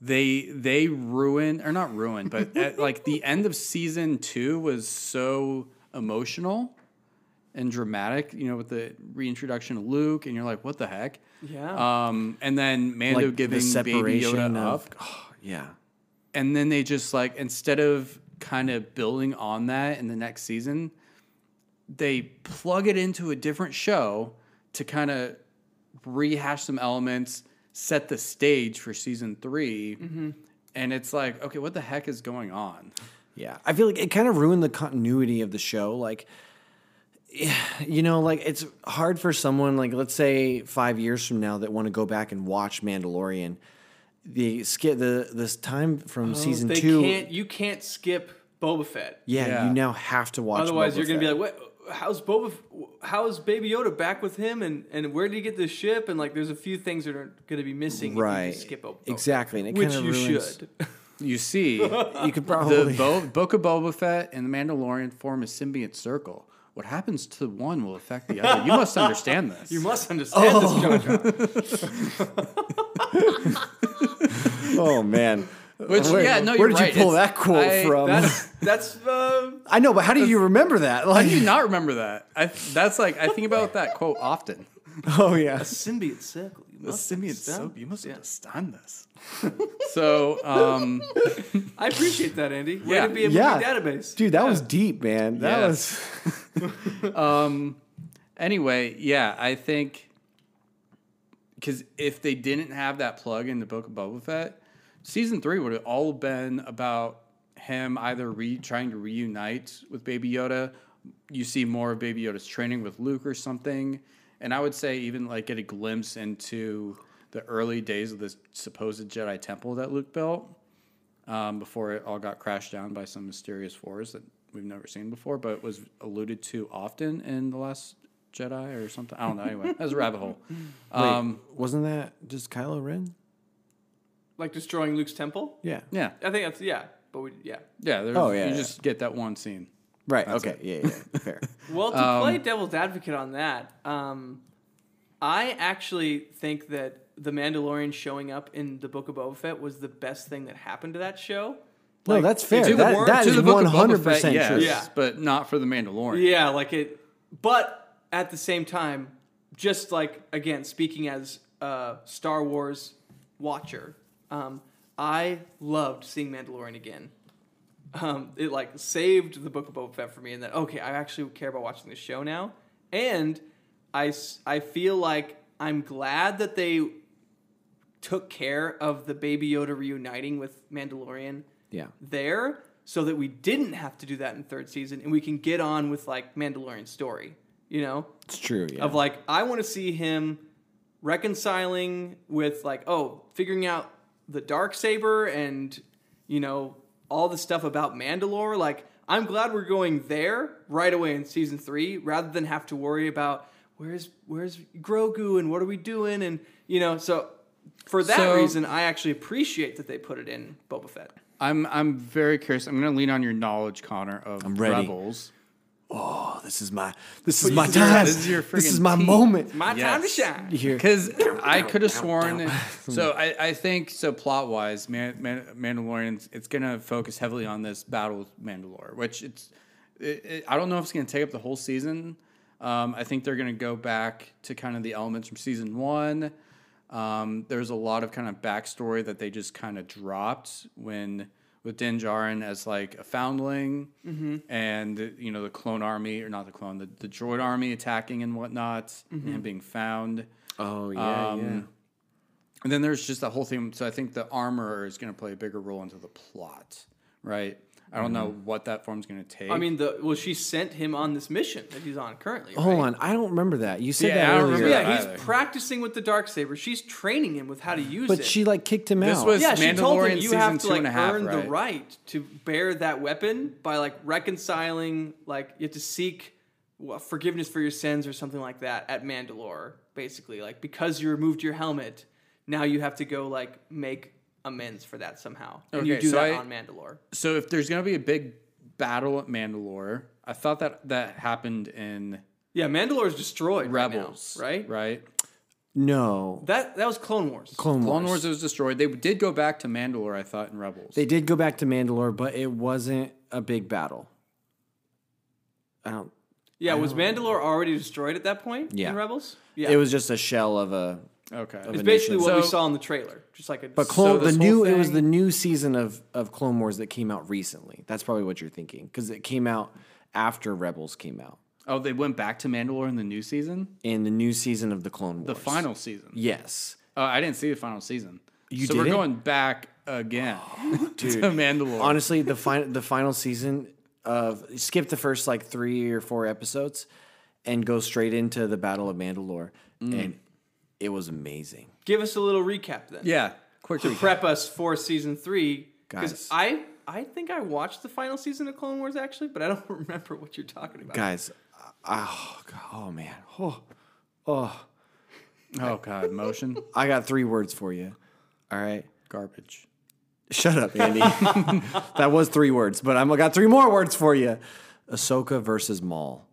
Speaker 2: they they ruined or not ruined, but at, like the end of season two was so emotional and dramatic. You know, with the reintroduction of Luke, and you're like, what the heck?
Speaker 1: Yeah.
Speaker 2: Um, and then Mando giving Baby Yoda up,
Speaker 3: oh, yeah.
Speaker 2: and then they just like instead of kind of building on that in the next season they plug it into a different show to kind of rehash some elements set the stage for season 3 and it's like okay what the heck is going on
Speaker 3: Yeah, I feel like it kind of ruined the continuity of the show. Like, you know, like it's hard for someone like let's say five years from now that want to go back and watch Mandalorian. The skip the this time
Speaker 2: Oh,
Speaker 3: from season
Speaker 1: they
Speaker 3: two.
Speaker 1: can't. You can't skip Boba Fett.
Speaker 3: yeah,
Speaker 2: Yeah.
Speaker 3: you now have to watch.
Speaker 1: Otherwise,
Speaker 3: Boba
Speaker 1: you're gonna
Speaker 3: Fett.
Speaker 1: be like, what? How's Boba? F- How's Baby Yoda back with him? And and where did he get this ship? And like, there's a few things that are gonna be missing. If you
Speaker 3: right,
Speaker 1: just skip Boba. Fett.
Speaker 3: exactly, and it
Speaker 1: Which
Speaker 3: kind of
Speaker 1: you
Speaker 3: ruins,
Speaker 1: should.
Speaker 2: you see the
Speaker 3: You could probably
Speaker 2: Bo- Book of Boba Fett and the Mandalorian form a symbiote circle. What happens to one will affect the other. You must understand this.
Speaker 1: You must understand this, Jar Jar.
Speaker 3: oh man,
Speaker 2: Which,
Speaker 3: Where-
Speaker 2: yeah, no, you're
Speaker 3: where did you
Speaker 2: right.
Speaker 3: pull
Speaker 2: It's-
Speaker 3: that quote
Speaker 2: I-
Speaker 3: from?
Speaker 1: That's that's. Uh,
Speaker 3: I know, but how do you remember that?
Speaker 2: I
Speaker 3: Like,
Speaker 2: do not remember that. I, that's like I think about that quote often.
Speaker 3: oh yeah,
Speaker 1: symbiote circle. You must understand.
Speaker 2: You must understand this. so, um,
Speaker 1: I appreciate that, Andy. Way
Speaker 2: Yeah.
Speaker 1: to be a
Speaker 3: Yeah.
Speaker 1: movie database.
Speaker 3: dude, that was deep, man. That
Speaker 2: Yeah. Um,
Speaker 3: was
Speaker 2: anyway, yeah, I think because if they didn't have that plug in the Book of Boba Fett, season three would have all been about him either re trying to reunite with Baby Yoda. You see more of Baby Yoda's training with Luke or something, and I would say even like get a glimpse into the early days of this supposed Jedi temple that Luke built. um, before it all got crashed down by some mysterious force that we've never seen before, but was alluded to often in the last Jedi or something. I don't know. Anyway, that was a rabbit hole. Um,
Speaker 3: wasn't that just Kylo Ren?
Speaker 1: Like destroying Luke's temple.
Speaker 3: Yeah,
Speaker 2: yeah,
Speaker 1: I think that's yeah. But we yeah.
Speaker 2: yeah. There's,
Speaker 3: Oh, yeah,
Speaker 2: you
Speaker 3: yeah.
Speaker 2: just get that one scene.
Speaker 3: right. okay, yeah, yeah, fair.
Speaker 1: Well, to play devil's advocate on that, um, I actually think that the Mandalorian showing up in the Book of Boba Fett was the best thing that happened to that show.
Speaker 3: No, that's fair.
Speaker 2: To the
Speaker 3: That,
Speaker 2: wor-
Speaker 3: that
Speaker 2: to
Speaker 3: is
Speaker 2: the Book
Speaker 3: one
Speaker 2: of Boba
Speaker 3: hundred percent
Speaker 2: Fett,
Speaker 3: true.
Speaker 2: yes, but not for the Mandalorian.
Speaker 1: Yeah, like it. But at the same time, just like again, speaking as a Star Wars watcher, um, I loved seeing Mandalorian again. Um, it like saved the Book of Boba Fett for me, and that okay, I actually care about watching this show now, and I s- I feel like I'm glad that they took care of the Baby Yoda reuniting with Mandalorian
Speaker 3: Yeah.
Speaker 1: there so that we didn't have to do that in third season and we can get on with like Mandalorian story, you know?
Speaker 3: it's true. Yeah.
Speaker 1: Of like I want to see him reconciling with like oh, figuring out the dark saber and you know all the stuff about Mandalore like I'm glad we're going there right away in season 3 rather than have to worry about where's where's Grogu and what are we doing and you know so for that
Speaker 2: So-
Speaker 1: reason I actually appreciate that they put it in Boba Fett.
Speaker 2: I'm I'm very curious. I'm going to lean on your knowledge, Connor, of
Speaker 3: ready.
Speaker 2: Rebels.
Speaker 3: oh, this is my this is my
Speaker 2: you do that.
Speaker 3: time.
Speaker 2: This is your
Speaker 3: This is
Speaker 2: friggin'
Speaker 3: my
Speaker 2: tea.
Speaker 3: moment.
Speaker 1: My time to
Speaker 2: Yes.
Speaker 1: shine.
Speaker 3: Here.
Speaker 2: Because I could have sworn. that- so I, I think so. Plot wise, Man, Man, Mandalorian, it's going to focus heavily on this battle with Mandalore, which it's. It, it, I don't know if it's going to take up the whole season. Um, I think they're going to go back to kind of the elements from season one. Um, there's a lot of kind of backstory that they just kind of dropped when with Din Djarin as like a foundling, and you know the clone army or not the clone, the, the droid army attacking and whatnot, and him being found.
Speaker 3: Oh yeah,
Speaker 2: Um, And then there's just the whole thing. So I think the armor is going to play a bigger role into the plot, right? I don't know what that form's going to take.
Speaker 1: Mm-hmm. I mean, the well, she sent him on this mission that he's on currently.
Speaker 3: Hold
Speaker 1: right?
Speaker 3: on, I don't remember that. You said
Speaker 2: Yeah, I
Speaker 3: that
Speaker 2: don't
Speaker 3: earlier,
Speaker 2: remember Oh, that
Speaker 1: Yeah, he's
Speaker 2: either.
Speaker 1: practicing with the dark saber. She's training him with how to use
Speaker 3: but
Speaker 1: it.
Speaker 3: she like kicked him
Speaker 2: This
Speaker 3: out.
Speaker 2: was-
Speaker 1: yeah, she told him
Speaker 2: Mandalorian
Speaker 1: you have
Speaker 2: season
Speaker 1: to
Speaker 2: two
Speaker 1: like
Speaker 2: and a half,
Speaker 1: earn
Speaker 2: right?
Speaker 1: the right to bear that weapon by like reconciling, like you have to seek well, forgiveness for your sins or something like that at Mandalore. Basically, like because you removed your helmet, now you have to go like make amends for that somehow, and you
Speaker 2: Okay,
Speaker 1: do
Speaker 2: so
Speaker 1: that
Speaker 2: I-
Speaker 1: on Mandalore.
Speaker 2: so if there's going to be a big battle at Mandalore, I thought that that happened in
Speaker 1: Yeah, Mandalore is destroyed. right now,
Speaker 2: Rebels,
Speaker 1: right?
Speaker 2: Right.
Speaker 3: No.
Speaker 1: That that was Clone Wars.
Speaker 3: Clone Wars.
Speaker 2: Clone Wars was destroyed. They did go back to Mandalore, I thought, in Rebels.
Speaker 3: They did go back to Mandalore, but it wasn't a big battle. I don't.
Speaker 1: yeah, was Mandalore already destroyed at that point
Speaker 3: Oh. Yeah.
Speaker 1: in Rebels? Yeah.
Speaker 3: It was a shell of a.
Speaker 2: okay.
Speaker 1: it's basically
Speaker 3: nation.
Speaker 1: what we
Speaker 2: So-
Speaker 1: saw in the trailer. Just like a
Speaker 3: But Clone, the
Speaker 2: this whole
Speaker 3: new it was
Speaker 2: thing-
Speaker 3: the new season of of Clone Wars that came out recently. That's probably what you're thinking because it came out after Rebels came out
Speaker 2: Oh, they went back to Mandalore in the new season,
Speaker 3: in the new season of the Clone Wars.
Speaker 2: the final season.
Speaker 3: Yes.
Speaker 2: Uh, I didn't see the final season.
Speaker 3: You
Speaker 2: so we're
Speaker 3: didn't?
Speaker 2: going back again to Mandalore.
Speaker 3: Honestly, the final the final season of skip the first like three or four episodes and go straight into the Battle of Mandalore,
Speaker 2: Mm.
Speaker 3: and it was amazing.
Speaker 1: give us a little recap then.
Speaker 2: yeah, quick
Speaker 1: To prep us for season three.
Speaker 3: Guys.
Speaker 1: Because I I think I watched the final season of Clone Wars actually, but I don't remember what you're talking about.
Speaker 3: Guys, oh, God, oh man, oh, oh,
Speaker 2: Oh god, motion
Speaker 3: I got three words for you. All right,
Speaker 2: garbage.
Speaker 3: shut up, Andy. that was three words, but I'm I got three more words for you. Ahsoka versus Maul.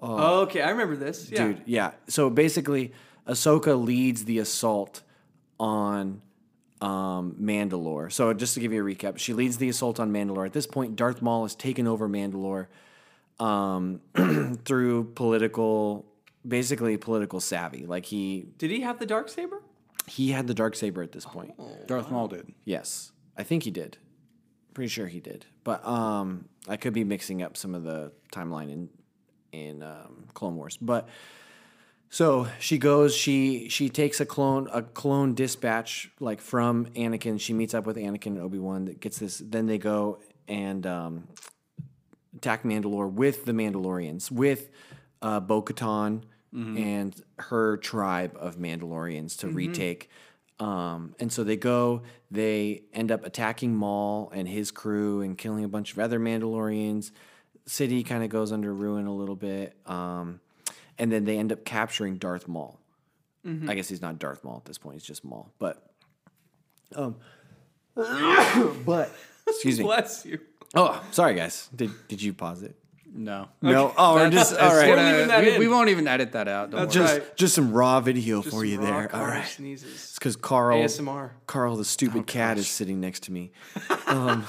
Speaker 1: Oh, okay, I remember this. Yeah.
Speaker 3: Dude, yeah. So basically, Ahsoka leads the assault on um, Mandalore. So just to give you a recap, she leads the assault on Mandalore. At this point, Darth Maul has taken over Mandalore um, through political, basically political savvy. Like he
Speaker 1: Did he have the dark saber?
Speaker 3: he had the dark saber at this point.
Speaker 2: Darth Maul did.
Speaker 3: Yes, I think he did. Pretty sure he did, but um, I could be mixing up some of the timeline in in um, Clone Wars. But so she goes, she she takes a clone a clone dispatch like from Anakin. She meets up with Anakin and Obi Wan. That gets this. Then they go and um, attack Mandalore with the Mandalorians, with uh, Bo Katan and her tribe of Mandalorians to retake. Um, and so they go, they end up attacking Maul and his crew and killing a bunch of other Mandalorians. City kind of goes under ruin a little bit. Um, and then they end up capturing Darth Maul. I guess he's not Darth Maul at this point, he's just Maul. But, um, but, excuse me.
Speaker 1: Bless you.
Speaker 3: Oh, sorry guys. Did, did you pause it?
Speaker 2: No.
Speaker 3: No. Oh, we're just all
Speaker 2: That's
Speaker 3: right.
Speaker 2: what I-
Speaker 1: leaving that
Speaker 2: we,
Speaker 1: in.
Speaker 2: we won't even edit that out. Don't worry.
Speaker 3: Just
Speaker 1: right.
Speaker 3: just some raw video for
Speaker 1: Some
Speaker 3: you
Speaker 1: raw
Speaker 3: there. All
Speaker 1: Carl
Speaker 3: right. It's
Speaker 1: Sneezes.
Speaker 3: because Carl
Speaker 1: ASMR.
Speaker 3: Carl the stupid cat is sitting next to me. Um,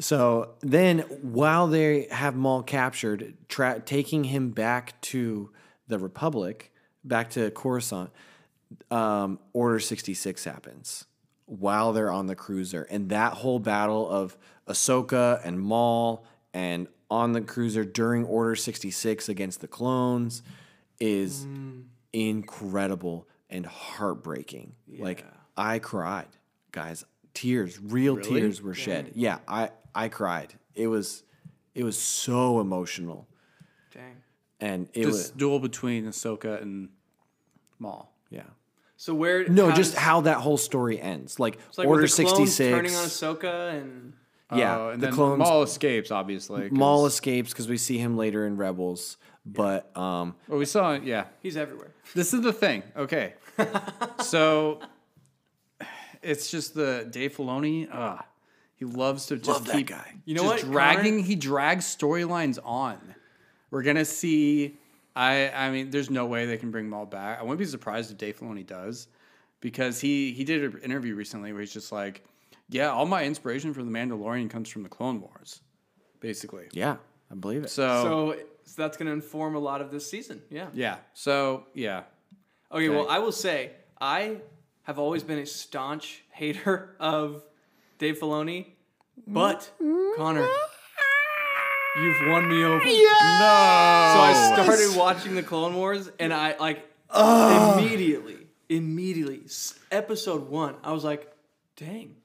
Speaker 3: so then, while they have Maul captured, tra- taking him back to the Republic, back to Coruscant, um, Order 66 happens while they're on the cruiser. And that whole battle of Ahsoka and Maul and on the cruiser during Order 66 against the clones is
Speaker 1: Mm.
Speaker 3: incredible and heartbreaking. Like, I cried, guys. Tears, real tears were shed. Yeah, I, I cried. It was it was so emotional.
Speaker 1: Dang.
Speaker 3: And it
Speaker 2: This
Speaker 3: was
Speaker 2: duel between Ahsoka and Maul.
Speaker 3: yeah.
Speaker 1: So where?
Speaker 3: No,
Speaker 1: how
Speaker 3: just
Speaker 1: does-
Speaker 3: how that whole story ends. Like,
Speaker 1: it's like with the
Speaker 3: Order
Speaker 1: clones
Speaker 3: sixty six.
Speaker 1: turning on Ahsoka Uh, and
Speaker 3: Yeah,
Speaker 2: Oh, and
Speaker 3: the
Speaker 2: then
Speaker 3: clones. Maul,
Speaker 2: Maul escapes, obviously. 'cause-
Speaker 3: escapes because we see him later in Rebels, but um,
Speaker 2: Well, we saw. Yeah,
Speaker 1: he's everywhere.
Speaker 2: this is the thing. Okay, so it's just the Dave Filoni. Uh, he loves to just
Speaker 3: Love that
Speaker 2: keep
Speaker 3: guy.
Speaker 2: You know
Speaker 1: what,
Speaker 2: what? Dragging. He drags storylines on. We're gonna see. I I mean, there's no way they can bring Maul back. I wouldn't be surprised if Dave Filoni does, because he he did an interview recently where he's just like, yeah, all my inspiration for the Mandalorian comes from the Clone Wars, basically.
Speaker 3: yeah, I believe it.
Speaker 1: So, so that's going to inform a lot of this season. Yeah.
Speaker 2: Oh. Yeah. So yeah.
Speaker 1: Okay, Well, I will say I have always been a staunch hater of Dave Filoni, but Connor, you've won me over.
Speaker 2: No.
Speaker 1: So I started watching the Clone Wars, and I like immediately, immediately, s- episode one, I was like, "Dang,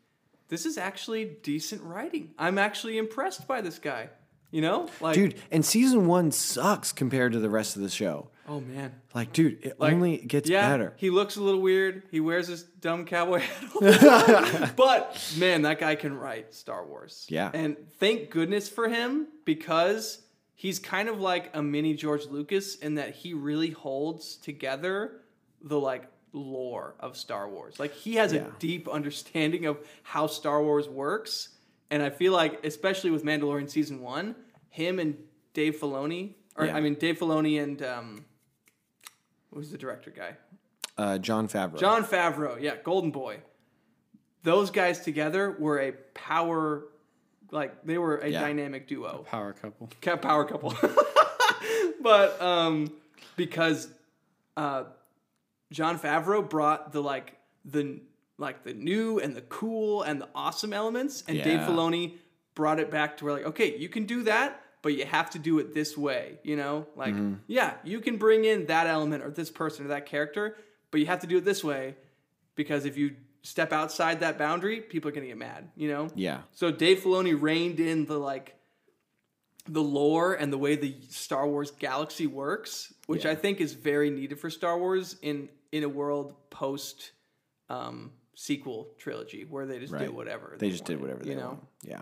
Speaker 1: this is actually decent writing. I'm actually impressed by this guy." You know, like,
Speaker 3: dude, and season one sucks compared to the rest of the show.
Speaker 1: oh man,
Speaker 3: Like, dude, it only gets
Speaker 1: yeah,
Speaker 3: better.
Speaker 1: he looks a little weird. He wears his dumb cowboy hat, all the time. but man, that guy can write Star Wars.
Speaker 3: Yeah.
Speaker 1: and thank goodness for him because. He's kind of like a mini George Lucas in that he really holds together the like lore of Star Wars. Like he has
Speaker 3: Yeah.
Speaker 1: a deep understanding of how Star Wars works, and I feel like especially with Mandalorian season one, him and Dave Filoni, or
Speaker 3: Yeah.
Speaker 1: I mean Dave Filoni and um, Who's the director guy?
Speaker 3: Uh, John Favreau.
Speaker 1: John Favreau, yeah, Golden Boy. Those guys together were a power, like they were a
Speaker 3: Yeah.
Speaker 1: dynamic duo,
Speaker 2: Power couple.
Speaker 1: Ca- power couple. but um, because uh, John Favreau brought the like the like the new and the cool and the awesome elements, and Dave
Speaker 2: Yeah.
Speaker 1: Filoni brought it back to where like, okay, you can do that, but you have to do it this way. You know, like yeah, you can bring in that element or this person or that character, but you have to do it this way because if you step outside that boundary, people are gonna get mad. You know,
Speaker 3: Yeah.
Speaker 1: so Dave Filoni reined in the like the lore and the way the Star Wars galaxy works, which I think is very needed for Star Wars in in a world post um, sequel trilogy where they just
Speaker 3: Right.
Speaker 1: did whatever
Speaker 3: They just did
Speaker 1: wanted,
Speaker 3: whatever they
Speaker 1: you know.
Speaker 3: wanted. Yeah.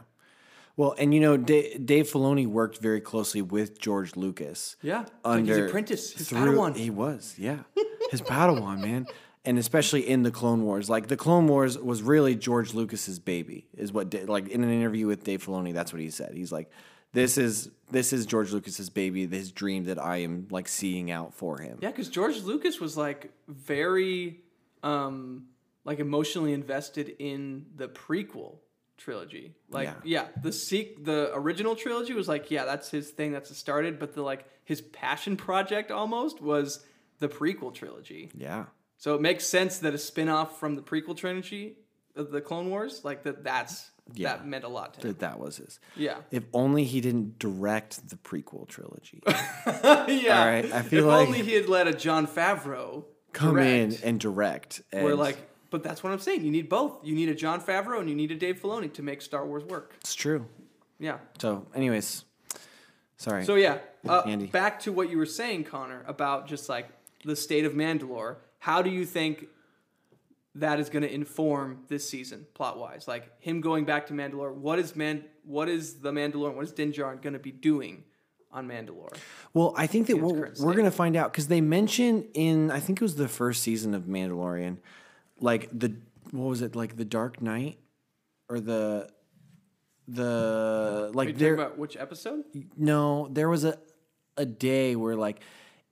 Speaker 3: Well, and you know, Da- Dave Filoni worked very closely with George Lucas.
Speaker 1: Yeah, It's like
Speaker 3: under
Speaker 1: his apprentice, his
Speaker 3: through-
Speaker 1: Padawan.
Speaker 3: He was, yeah, his Padawan man, and especially in the Clone Wars. Like the Clone Wars was really George Lucas's baby, is what. Da- Like in an interview with Dave Filoni, that's what he said. He's like, "This is this is George Lucas's baby, his dream that I am like seeing out for him."
Speaker 1: Yeah, because George Lucas was like very, um, like emotionally invested in the prequel trilogy. Like,
Speaker 3: Yeah.
Speaker 1: yeah, the seek the original trilogy was like, yeah, that's his thing. That's started, but the like his passion project almost was the prequel trilogy.
Speaker 3: yeah,
Speaker 1: So it makes sense that a spin-off from the prequel trilogy, of the Clone Wars, like that. That's
Speaker 3: Yeah.
Speaker 1: that meant a lot to him.
Speaker 3: that that was his.
Speaker 1: Yeah,
Speaker 3: If only he didn't direct the prequel trilogy.
Speaker 1: yeah.
Speaker 3: All right, I
Speaker 1: if
Speaker 3: feel like-
Speaker 1: only he had let a John Favreau
Speaker 3: Come
Speaker 1: direct.
Speaker 3: in and direct. And
Speaker 1: We're like, but that's what I'm saying. You need both. You need a John Favreau and you need a Dave Filoni to make Star Wars work.
Speaker 3: it's true.
Speaker 1: Yeah.
Speaker 3: So, anyways, sorry.
Speaker 1: So yeah, uh,
Speaker 3: Andy.
Speaker 1: back to what you were saying, Connor, about just like the state of Mandalore. How do you think that is going to inform this season, plot wise? Like him going back to Mandalore. What is man? What is the Mandalorian? What is Din Djarin going to be doing on Mandalore?
Speaker 3: Well, I think that we'll,
Speaker 1: current
Speaker 3: we're going to find out because they mention in I think it was the first season of Mandalorian, like the what was it like the Dark Knight or the the
Speaker 1: Are you
Speaker 3: like
Speaker 1: talking
Speaker 3: there
Speaker 1: about which episode?
Speaker 3: no there was a a day where like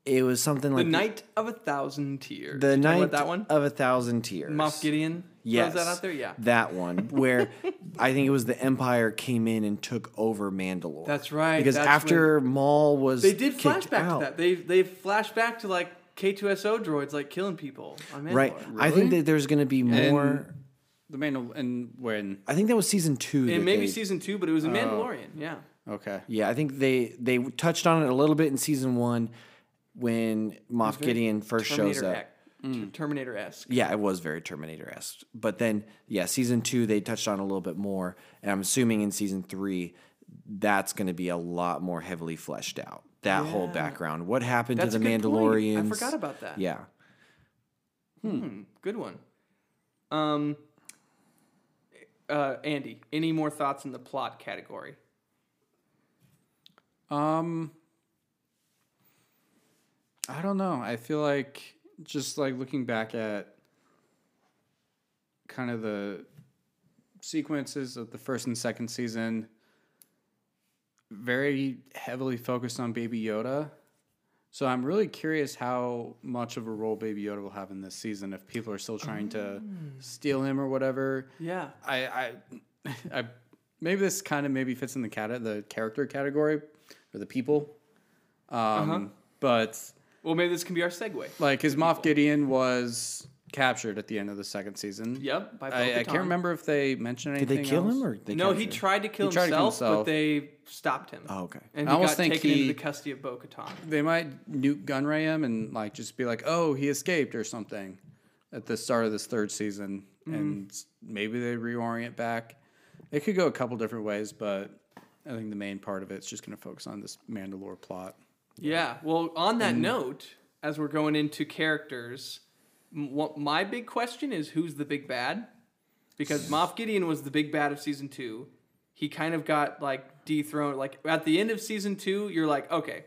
Speaker 3: it was something
Speaker 1: The
Speaker 3: like
Speaker 1: Night of a Thousand Tears.
Speaker 3: the
Speaker 1: You talking
Speaker 3: night
Speaker 1: about that one.
Speaker 3: of a thousand tears.
Speaker 1: Moff Gideon.
Speaker 3: Yes,
Speaker 1: Throws that out there. Yeah.
Speaker 3: that one where I think it was the Empire came in and took over Mandalore.
Speaker 1: That's right,
Speaker 3: Because
Speaker 1: that's
Speaker 3: after Maul was
Speaker 1: They did
Speaker 3: kicked
Speaker 1: flashback
Speaker 3: out.
Speaker 1: to that. They they flash back to like K2SO droids like killing people on Mandalore.
Speaker 3: Right. I think
Speaker 2: Really?
Speaker 3: that there's going to be more.
Speaker 2: The Mandal and when
Speaker 3: I think that was season two. that
Speaker 1: And maybe
Speaker 3: they-
Speaker 1: season two, but it was
Speaker 3: Oh.
Speaker 1: a Mandalorian. Yeah.
Speaker 2: okay.
Speaker 3: yeah, I think they they touched on it a little bit in season one when Moff Gideon first shows up.
Speaker 2: Hmm.
Speaker 1: Terminator esque.
Speaker 3: Yeah, it was very Terminator esque. But then, yeah, season two they touched on a little bit more, and I'm assuming in season three that's going to be a lot more heavily fleshed out. That whole background, what happened
Speaker 1: That's
Speaker 3: to
Speaker 1: a
Speaker 3: the
Speaker 1: good
Speaker 3: Mandalorians?
Speaker 1: Point. I forgot about that.
Speaker 3: Yeah,
Speaker 1: Good one. Um. Uh, Andy, any more thoughts in the plot category?
Speaker 2: Um, I don't know. I feel like just like looking back at kind of the sequences of the first and second season, very heavily focused on Baby Yoda. So I'm really curious how much of a role Baby Yoda will have in this season if people are still trying to steal him or whatever.
Speaker 1: Yeah.
Speaker 2: I, I, I maybe this kind of maybe fits in the cat the character category or the people. Um,
Speaker 1: Uh-huh.
Speaker 2: But
Speaker 1: Well, maybe this can be our segue.
Speaker 2: like his Moff Gideon was captured at the end of the second season.
Speaker 1: Yep. By
Speaker 2: I, I
Speaker 1: Bo-Katan.
Speaker 2: can't remember if they mentioned
Speaker 3: did
Speaker 2: anything.
Speaker 3: they kill
Speaker 2: else.
Speaker 3: him or they
Speaker 1: No, he
Speaker 3: captured him?
Speaker 1: tried to kill,
Speaker 2: He tried to kill
Speaker 1: himself, but
Speaker 2: himself.
Speaker 1: they stopped him.
Speaker 3: Oh, okay.
Speaker 1: And
Speaker 2: I
Speaker 1: he
Speaker 2: almost
Speaker 1: got
Speaker 2: think
Speaker 1: taken
Speaker 2: he-
Speaker 1: into the custody of Bo-Katan.
Speaker 2: They might nuke Gunray him and like just be like, "Oh, he escaped" or something at the start of this third season,
Speaker 1: Mm-hmm.
Speaker 2: and s- maybe they reorient back. It could go a couple different ways, but I think the main part of it's just going to focus on this Mandalore plot.
Speaker 1: Yeah. Well, on that note, as we're going into characters, m- what my big question is who's the big bad? Because Moff Gideon was the big bad of season two. He kind of got like dethroned. Like at the end of season two, you're like, okay,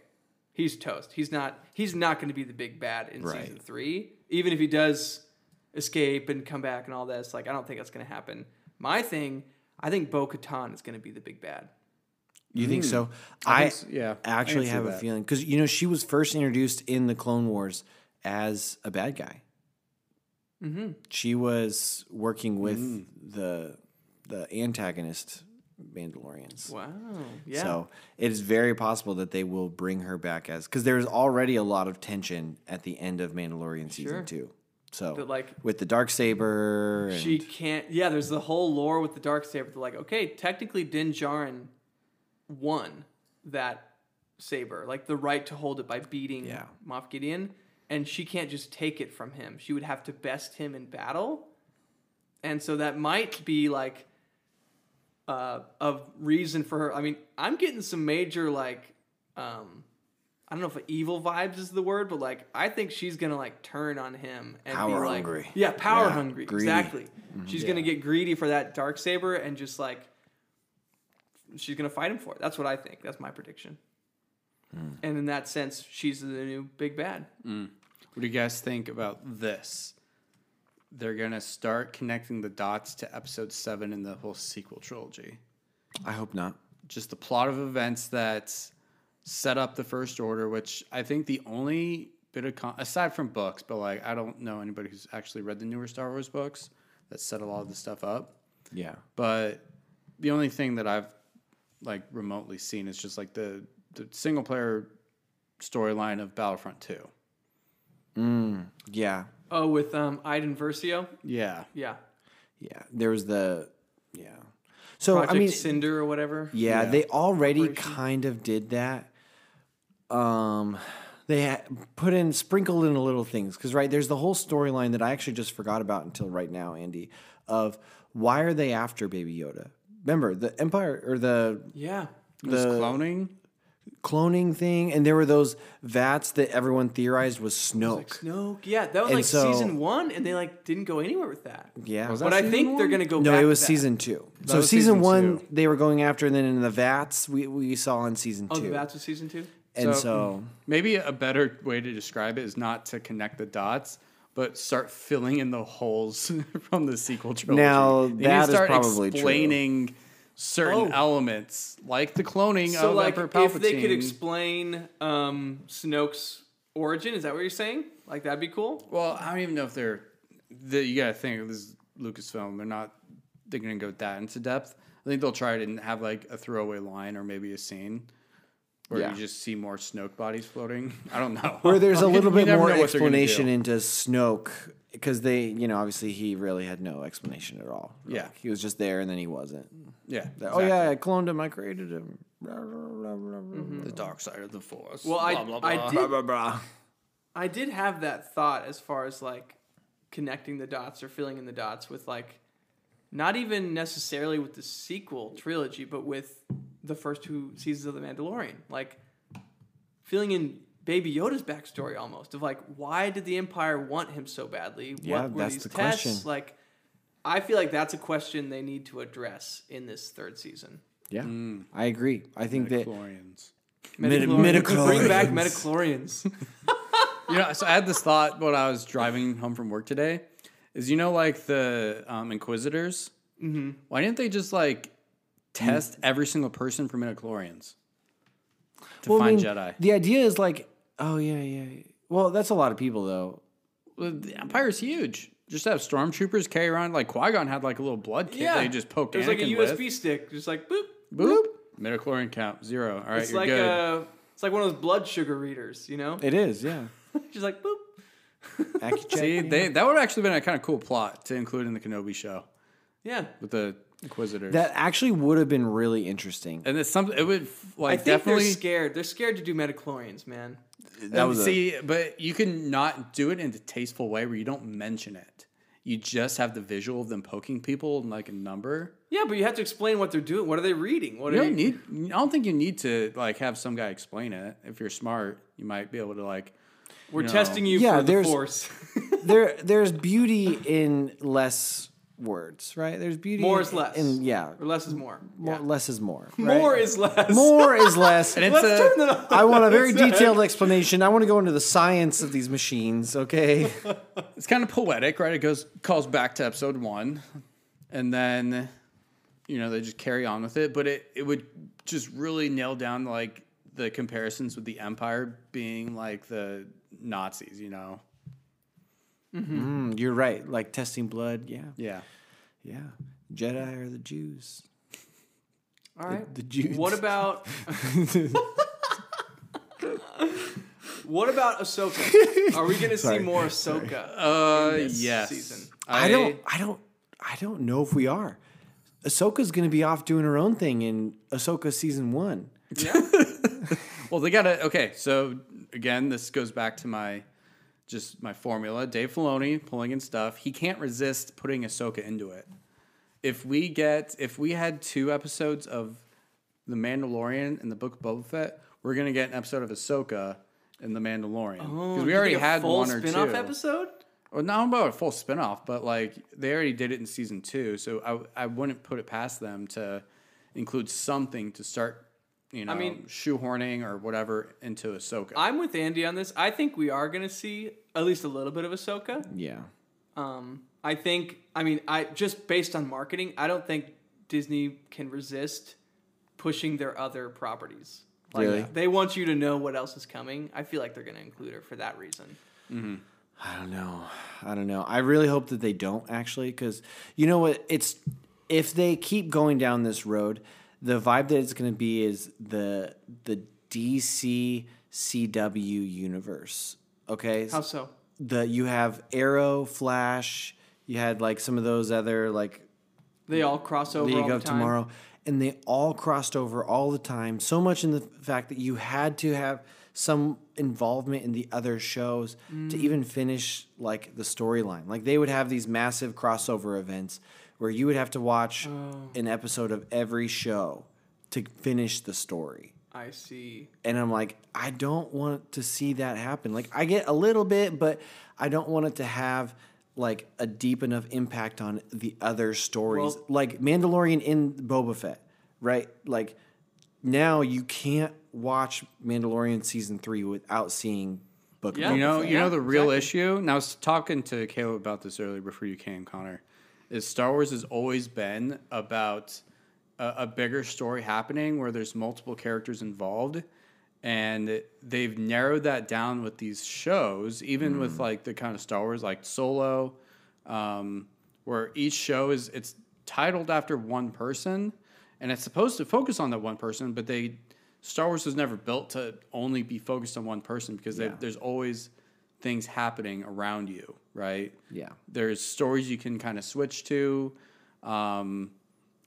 Speaker 1: he's toast. He's not. He's not going to be the big bad in season
Speaker 3: Right.
Speaker 1: three. Even if he does escape and come back and all this, like I don't think that's going to happen. My thing, I think Bo Katan is going to be the big bad.
Speaker 3: You think so?
Speaker 2: I
Speaker 3: I,
Speaker 2: think s- yeah, I can
Speaker 3: actually
Speaker 2: see
Speaker 3: have a
Speaker 2: that.
Speaker 3: feeling because you know she was first introduced in the Clone Wars as a bad guy. She was working with the the antagonist Mandalorians.
Speaker 1: Wow. Yeah.
Speaker 3: So it is very possible that they will bring her back as because there's already a lot of tension at the end of Mandalorian season
Speaker 1: Sure.
Speaker 3: two. So
Speaker 1: But, like-
Speaker 3: with the dark saber,
Speaker 1: She can't. Yeah, there's the whole lore with the dark saber. They're like, okay, technically Din Djarin won that saber, like the right to hold it by beating
Speaker 3: Yeah.
Speaker 1: Moff Gideon, and she can't just take it from him. She would have to best him in battle, and so that might be like uh, a reason for her. I mean, I'm getting some major like. Um, I don't know if evil vibes is the word, but like I think she's gonna like turn on him and be
Speaker 3: Power
Speaker 1: like,
Speaker 3: hungry.
Speaker 1: yeah, power
Speaker 3: Yeah,
Speaker 1: hungry,
Speaker 3: greedy. Mm-hmm.
Speaker 1: exactly. She's gonna get greedy for that dark saber and just like she's gonna fight him for it. That's what I think. That's my prediction.
Speaker 3: Hmm.
Speaker 1: And in that sense, she's the new big bad.
Speaker 2: What do you guys think about this? They're gonna start connecting the dots to episode seven in the whole sequel trilogy.
Speaker 3: and I hope not.
Speaker 2: Just the plot of events that set up the first order, which I think the only bit of con- aside from books, but like I don't know anybody who's actually read the newer Star Wars books that set a lot of this stuff up.
Speaker 3: Yeah,
Speaker 2: But the only thing that I've like remotely seen is just like the the single player storyline of Battlefront Two.
Speaker 3: yeah,
Speaker 1: Oh, with um Iden Versio?
Speaker 2: Yeah.
Speaker 1: Yeah.
Speaker 3: yeah. There was the yeah. So
Speaker 1: Project
Speaker 3: Oh, I mean,
Speaker 1: Cinder or whatever.
Speaker 3: yeah,
Speaker 2: Yeah.
Speaker 3: they already kind of did that. Um, they ha- put in sprinkled in a little things because right there's the whole storyline that I actually just forgot about until right now, Andy. Of why are they after Baby Yoda? Remember the Empire or the
Speaker 1: Yeah.
Speaker 2: It was cloning.
Speaker 3: cloning thing, and there were those vats that everyone theorized was Snoke.
Speaker 1: Snoke. Yeah, that was
Speaker 3: And
Speaker 1: like
Speaker 3: so-
Speaker 1: season one, and they like didn't go anywhere with that.
Speaker 3: Yeah,
Speaker 2: Was that
Speaker 1: But I
Speaker 2: season
Speaker 1: think they're
Speaker 2: one?
Speaker 1: gonna go
Speaker 3: no,
Speaker 1: back
Speaker 3: it
Speaker 1: to
Speaker 3: was
Speaker 1: that.
Speaker 3: season two.
Speaker 2: That
Speaker 3: So
Speaker 2: was
Speaker 3: season,
Speaker 2: season
Speaker 3: one
Speaker 2: two.
Speaker 3: they were going after, and then in the vats we, we saw in season
Speaker 1: Oh,
Speaker 3: two,
Speaker 1: that's what season two?
Speaker 3: and
Speaker 2: So-
Speaker 3: so,
Speaker 2: Maybe a better way to describe it is not to connect the dots, but start filling in the holes from the sequel trilogy.
Speaker 3: Now,
Speaker 2: They need to
Speaker 3: that is
Speaker 2: start
Speaker 3: probably true.
Speaker 2: explaining
Speaker 1: Oh.
Speaker 2: certain elements, like the cloning
Speaker 1: So
Speaker 2: of
Speaker 1: like
Speaker 2: Emperor Palpatine.
Speaker 1: if they could explain um Snoke's origin, is that what you're saying? Like that'd be cool?
Speaker 2: well, I don't even know if they're. The, you gotta think this is Lucasfilm. They're not. They're gonna go that into depth. I think they'll try to have like a throwaway line or maybe a scene. Where
Speaker 3: Yeah.
Speaker 2: you just see more Snoke bodies floating. I don't know.
Speaker 3: where there's a
Speaker 2: You-
Speaker 3: little
Speaker 2: you
Speaker 3: bit
Speaker 2: never
Speaker 3: more
Speaker 2: know what they're gonna do.
Speaker 3: explanation into Snoke because they, you know, obviously he really had no explanation at all.
Speaker 2: Yeah.
Speaker 3: Like, he was just there and then he wasn't.
Speaker 2: Yeah.
Speaker 3: Like,
Speaker 2: exactly.
Speaker 3: Oh yeah, I cloned him, I created him. Blah, blah, blah, blah, blah,
Speaker 2: the dark side of the force.
Speaker 1: Well, I- I did-
Speaker 3: blah, blah, blah.
Speaker 1: I did have that thought as far as like connecting the dots or filling in the dots with like not even necessarily with the sequel trilogy, but with the first two seasons of The Mandalorian. Like filling in Baby Yoda's backstory almost of like why did the Empire want him so badly?
Speaker 3: Yeah, that's the question.
Speaker 1: Like I feel like that's a question they need to address in this third season.
Speaker 3: Yeah, Mm. I agree. I think that
Speaker 2: Chlorians.
Speaker 3: Midi-
Speaker 1: Metachlorians. Bring back
Speaker 3: midichlorians.
Speaker 1: Metachlorians.
Speaker 2: You know, so I had this thought when I was driving home from work today. Is you know like the um, Inquisitors? Mm-hmm. Why didn't they just like test every single person for midichlorians to
Speaker 3: Well, I
Speaker 2: find
Speaker 3: mean,
Speaker 2: Jedi?
Speaker 3: The idea is like, oh yeah, yeah. yeah. Well, that's a lot of people though.
Speaker 2: Well, the Empire's huge. Just have stormtroopers carry around like Qui Gon had like a little blood kit. Yeah, they just poked
Speaker 1: It was like a
Speaker 2: Anakin
Speaker 1: USB
Speaker 2: with.
Speaker 1: stick, just like boop.
Speaker 2: Boop. Midichlorian count zero. All right,
Speaker 1: It's
Speaker 2: you're
Speaker 1: like
Speaker 2: good.
Speaker 1: a, it's like one of those blood sugar readers, you know?
Speaker 3: It is, yeah.
Speaker 1: She's like boop.
Speaker 3: Accu-check,
Speaker 2: See,
Speaker 3: yeah.
Speaker 2: they, that would have actually been a kind of cool plot to include in the Kenobi show
Speaker 1: Yeah.
Speaker 2: with the Inquisitors.
Speaker 3: that actually would have been really interesting.
Speaker 2: and it's something it would
Speaker 1: I
Speaker 2: like
Speaker 1: think
Speaker 2: definitely um,
Speaker 1: they're scared. They're scared to do metachlorians, man.
Speaker 3: That was a-
Speaker 2: see, but you can not do it in a tasteful way where you don't mention it. You just have the visual of them poking people and like a number.
Speaker 1: Yeah, but you have to explain what they're doing. What are they reading? What
Speaker 2: You
Speaker 1: are you,
Speaker 2: don't need. I don't think you need to like have some guy explain it. If you're smart, you might be able to like.
Speaker 1: We're
Speaker 2: No.
Speaker 1: testing you
Speaker 3: Yeah,
Speaker 1: for the
Speaker 3: there's-
Speaker 1: force.
Speaker 3: there there's beauty in less words, right? There's beauty
Speaker 1: more is less.
Speaker 3: In, yeah.
Speaker 1: Or less is more.
Speaker 3: More,
Speaker 1: Yeah.
Speaker 3: Less is more.
Speaker 1: More
Speaker 3: right?
Speaker 1: is less.
Speaker 3: more is less.
Speaker 2: And it's
Speaker 1: Let's
Speaker 2: a,
Speaker 1: turn that off.
Speaker 3: I want a very detailed explanation. I want to go into the science of these machines, okay?
Speaker 2: it's kind of poetic, right? It goes calls back to episode one, and then you know they just carry on with it. But it it would just really nail down like the comparisons with the Empire being like the Nazis, you know.
Speaker 3: Mm, you're right. Like testing blood. Yeah.
Speaker 2: Yeah.
Speaker 3: Yeah. Jedi are the Jews.
Speaker 1: All right.
Speaker 3: the Jews.
Speaker 1: What about What about Ahsoka? Are we going to see
Speaker 3: Sorry.
Speaker 1: more Ahsoka?
Speaker 2: Uh,
Speaker 1: this
Speaker 2: yes.
Speaker 1: season.
Speaker 3: I, don't. I don't. I don't know if we are. Ahsoka's going to be off doing her own thing in Ahsoka season one.
Speaker 2: Well, they gotta. Okay, so again, this goes back to my just my formula. Dave Filoni pulling in stuff. He can't resist putting Ahsoka into it. If we get, if we had two episodes of The Mandalorian and the Book of Boba Fett, we're gonna get an episode of Ahsoka and The Mandalorian
Speaker 1: Oh,
Speaker 2: because
Speaker 1: do
Speaker 2: we
Speaker 1: you
Speaker 2: already
Speaker 1: think a
Speaker 2: had
Speaker 1: full
Speaker 2: one or two.
Speaker 1: spin-off episode.
Speaker 2: Well, not about a full spinoff, but like they already did it in season two, so I I wouldn't put it past them to include something to start, you know,
Speaker 1: mean-
Speaker 2: shoehorning or whatever into Ahsoka.
Speaker 1: I'm with Andy on this. I think we are going to see at least a little bit of Ahsoka.
Speaker 3: Yeah.
Speaker 1: Um, I think. I mean, I just based on marketing, I don't think Disney can resist pushing their other properties. Like,
Speaker 3: Really?
Speaker 1: They want you to know what else is coming. I feel like they're going to include her for that reason.
Speaker 3: I don't know. I don't know. I really hope that they don't actually, because you know what? It's if they keep going down this road, the vibe that it's going to be is the the DC CW universe. Okay,
Speaker 1: How so?
Speaker 3: the you have Arrow, Flash. You had like some of those other like
Speaker 1: They all cross over. all
Speaker 3: League
Speaker 1: the
Speaker 3: of
Speaker 1: time.
Speaker 3: Tomorrow, and they all crossed over all the time. So much in the fact that you had to have some involvement in the other shows to
Speaker 1: Mm.
Speaker 3: even finish like the storyline. Like they would have these massive crossover events where you would have to watch
Speaker 1: Oh.
Speaker 3: an episode of every show to finish the story.
Speaker 1: I see.
Speaker 3: And I'm like, I don't want to see that happen. Like, I get a little bit, but I don't want it to have like a deep enough impact on the other stories.
Speaker 1: Well-
Speaker 3: like Mandalorian in Boba Fett, right? Like, now you can't watch Mandalorian season three without seeing Book. of
Speaker 1: Yeah.
Speaker 2: you know, you
Speaker 1: Yeah,
Speaker 2: know the real
Speaker 1: exactly.
Speaker 2: issue. And I was talking to Caleb about this earlier before you came, Connor. Is Star Wars has always been about a, a bigger story happening where there's multiple characters involved, and they've narrowed that down with these shows, even
Speaker 1: Mm.
Speaker 2: with like the kind of Star Wars like Solo, um, where each show is it's titled after one person, and it's supposed to focus on that one person, but they Star Wars was never built to only be focused on one person because they, there's always things happening around you, right?
Speaker 3: Yeah.
Speaker 2: There's stories you can kind of switch to. Um,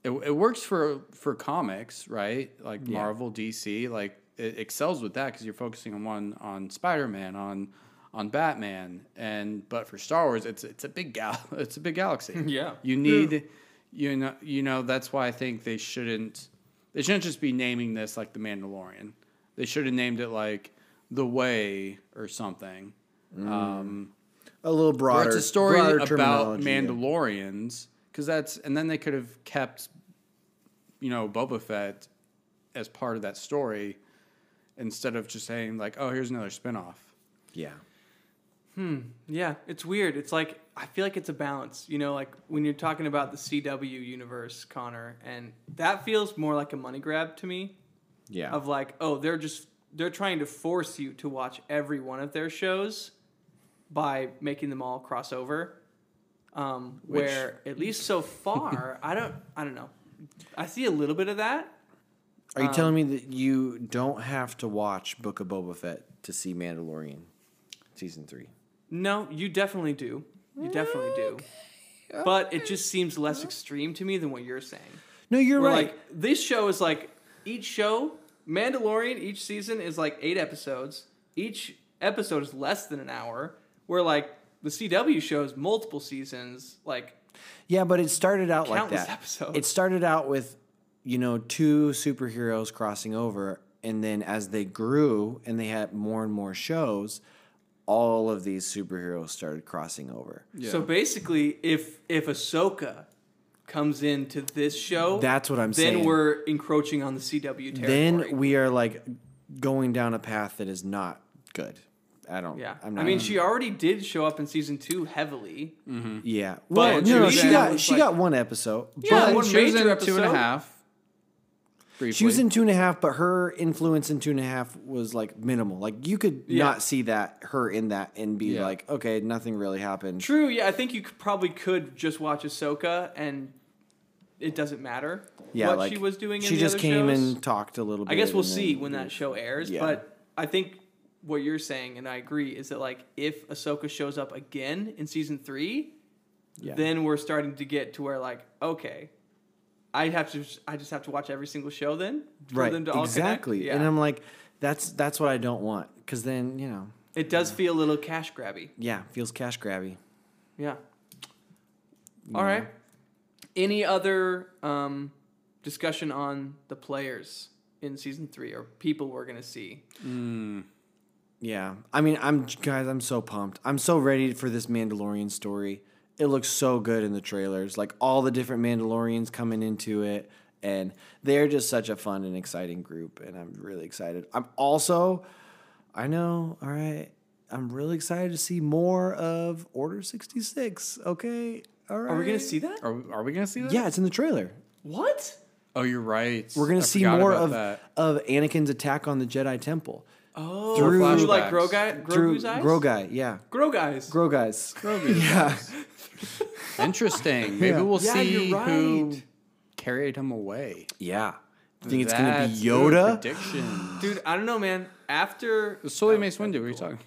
Speaker 2: it, it works for for comics, right? Like Marvel, DC, like it excels with that because you're focusing on one on Spider Man, on on Batman, and but for Star Wars, it's it's a big gal, it's a big galaxy.
Speaker 1: Yeah.
Speaker 2: you need, you know, you know that's why I think they shouldn't they shouldn't just be naming this like the Mandalorian. They should have named it like the Way or something. Um,
Speaker 3: a little
Speaker 2: or
Speaker 3: broader.
Speaker 2: it's a story
Speaker 3: broader
Speaker 2: about
Speaker 3: terminology, yeah.
Speaker 2: Mandalorians because that's and then they could have kept you know Boba Fett as part of that story instead of just saying like oh here's another spinoff.
Speaker 3: Yeah.
Speaker 1: Yeah, it's weird. It's like I feel like it's a balance. You know, like when you're talking about the CW universe, Connor, and that feels more like a money grab to me.
Speaker 3: Yeah.
Speaker 1: Of like, oh, they're just they're trying to force you to watch every one of their shows by making them all cross over. Um, where at least so far, I don't I don't know. I see a little bit of that.
Speaker 3: Are you telling me that you don't have to watch Book of Boba Fett to see Mandalorian season three?
Speaker 1: No, you definitely do. You definitely do. But it just seems less extreme to me than what you're saying.
Speaker 3: No, you're
Speaker 1: We're
Speaker 3: right.
Speaker 1: Like this show is like each show, Mandalorian each season is like eight episodes. Each episode is less than an hour. Where like the CW shows multiple seasons. Like
Speaker 3: Yeah, but it started out like
Speaker 1: Countless
Speaker 3: that.
Speaker 1: episodes.
Speaker 3: It started out with, you know, two superheroes crossing over, and then as they grew and they had more and more shows, all of these superheroes started crossing over.
Speaker 1: so basically, if if Ahsoka comes into this show,
Speaker 3: That's what I'm
Speaker 1: then
Speaker 3: saying.
Speaker 1: we're encroaching on the CW territory.
Speaker 3: Then we are like going down a path that is not good. I don't.
Speaker 1: yeah, i
Speaker 3: I'm not,
Speaker 1: mean, she already did show up in season two heavily.
Speaker 3: Yeah. Well,
Speaker 1: But
Speaker 3: no,
Speaker 1: she
Speaker 3: she
Speaker 1: was
Speaker 3: got
Speaker 1: like-
Speaker 3: she got one episode.
Speaker 1: Yeah,
Speaker 3: but-
Speaker 1: one
Speaker 2: she was
Speaker 1: major
Speaker 2: in two and a
Speaker 1: episode.
Speaker 2: half. briefly.
Speaker 3: She was in two and a half, but her influence in two and a half was like minimal. Like you could not see that her in that and be
Speaker 2: Yeah.
Speaker 3: like, okay, nothing really happened.
Speaker 1: True. Yeah, I think you could, probably could just watch Ahsoka, and it doesn't matter
Speaker 3: Yeah,
Speaker 1: what
Speaker 3: like
Speaker 1: she was doing. In
Speaker 3: she
Speaker 1: the
Speaker 3: just
Speaker 1: other
Speaker 3: came
Speaker 1: shows.
Speaker 3: and talked a little. bit.
Speaker 1: I guess we'll
Speaker 3: and
Speaker 1: see
Speaker 3: then-
Speaker 1: when that show airs.
Speaker 3: Yeah.
Speaker 1: But I think what you're saying, and I agree, is that like if Ahsoka shows up again in season three,
Speaker 3: Yeah.
Speaker 1: then we're starting to get to where like okay, I have to, I just have to watch every single show then for
Speaker 3: right,
Speaker 1: them to all connect.
Speaker 3: exactly.
Speaker 1: Yeah.
Speaker 3: And I'm like, that's that's what I don't want because then you know,
Speaker 1: it does feel a little cash grabby.
Speaker 3: yeah, feels cash grabby.
Speaker 1: Yeah. All right. Any other um, discussion on the players in season three or people we're gonna see?
Speaker 3: Yeah, I mean, I'm guys, I'm so pumped. I'm so ready for this Mandalorian story. It looks so good in the trailers, like all the different Mandalorians coming into it, and they're just such a fun and exciting group. And I'm really excited. I'm also, I know, all right, I'm really excited to see more of Order sixty six. Okay, all right.
Speaker 1: Are we gonna see that?
Speaker 2: Are, are we gonna see that?
Speaker 3: Yeah, it's in the trailer.
Speaker 1: What?
Speaker 2: Oh, you're right.
Speaker 3: We're gonna
Speaker 2: I
Speaker 3: see
Speaker 2: forgot
Speaker 3: more
Speaker 2: about
Speaker 3: of
Speaker 2: that.
Speaker 3: of Anakin's attack on the Jedi Temple
Speaker 1: Oh,
Speaker 3: Through-
Speaker 1: through like
Speaker 2: flashbacks.
Speaker 1: Grogu,
Speaker 3: through
Speaker 1: Grogu's eyes.
Speaker 3: Grogai. Yeah,
Speaker 1: Grogu's.
Speaker 3: Grogai's.
Speaker 2: Grogu.
Speaker 3: Yeah.
Speaker 2: Interesting. Maybe
Speaker 3: Yeah.
Speaker 2: we'll
Speaker 1: Yeah, you're
Speaker 2: see who
Speaker 1: right.
Speaker 2: carried him away.
Speaker 3: Yeah. You think it's gonna be
Speaker 2: That's good
Speaker 3: Yoda?
Speaker 2: Prediction.
Speaker 1: Dude, I don't know, man. After
Speaker 2: Sully Mace Windu. What are you talking?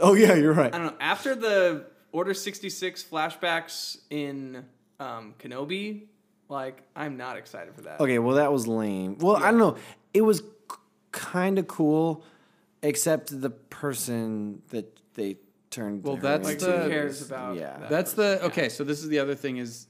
Speaker 3: Oh yeah, you're
Speaker 1: I
Speaker 3: right.
Speaker 1: don't know. After the Order sixty six flashbacks in um, Kenobi, like I'm not excited for that.
Speaker 3: Okay, well that was lame. Well, I don't know. It was kind of cool, except the person that they turned.
Speaker 2: Well,
Speaker 3: her
Speaker 2: that's
Speaker 1: Like
Speaker 3: into
Speaker 2: the-
Speaker 1: who
Speaker 2: Uh,
Speaker 1: cares
Speaker 3: was-
Speaker 1: about?
Speaker 3: yeah.
Speaker 1: that
Speaker 2: That's
Speaker 1: person?
Speaker 2: the okay. So this is the other thing is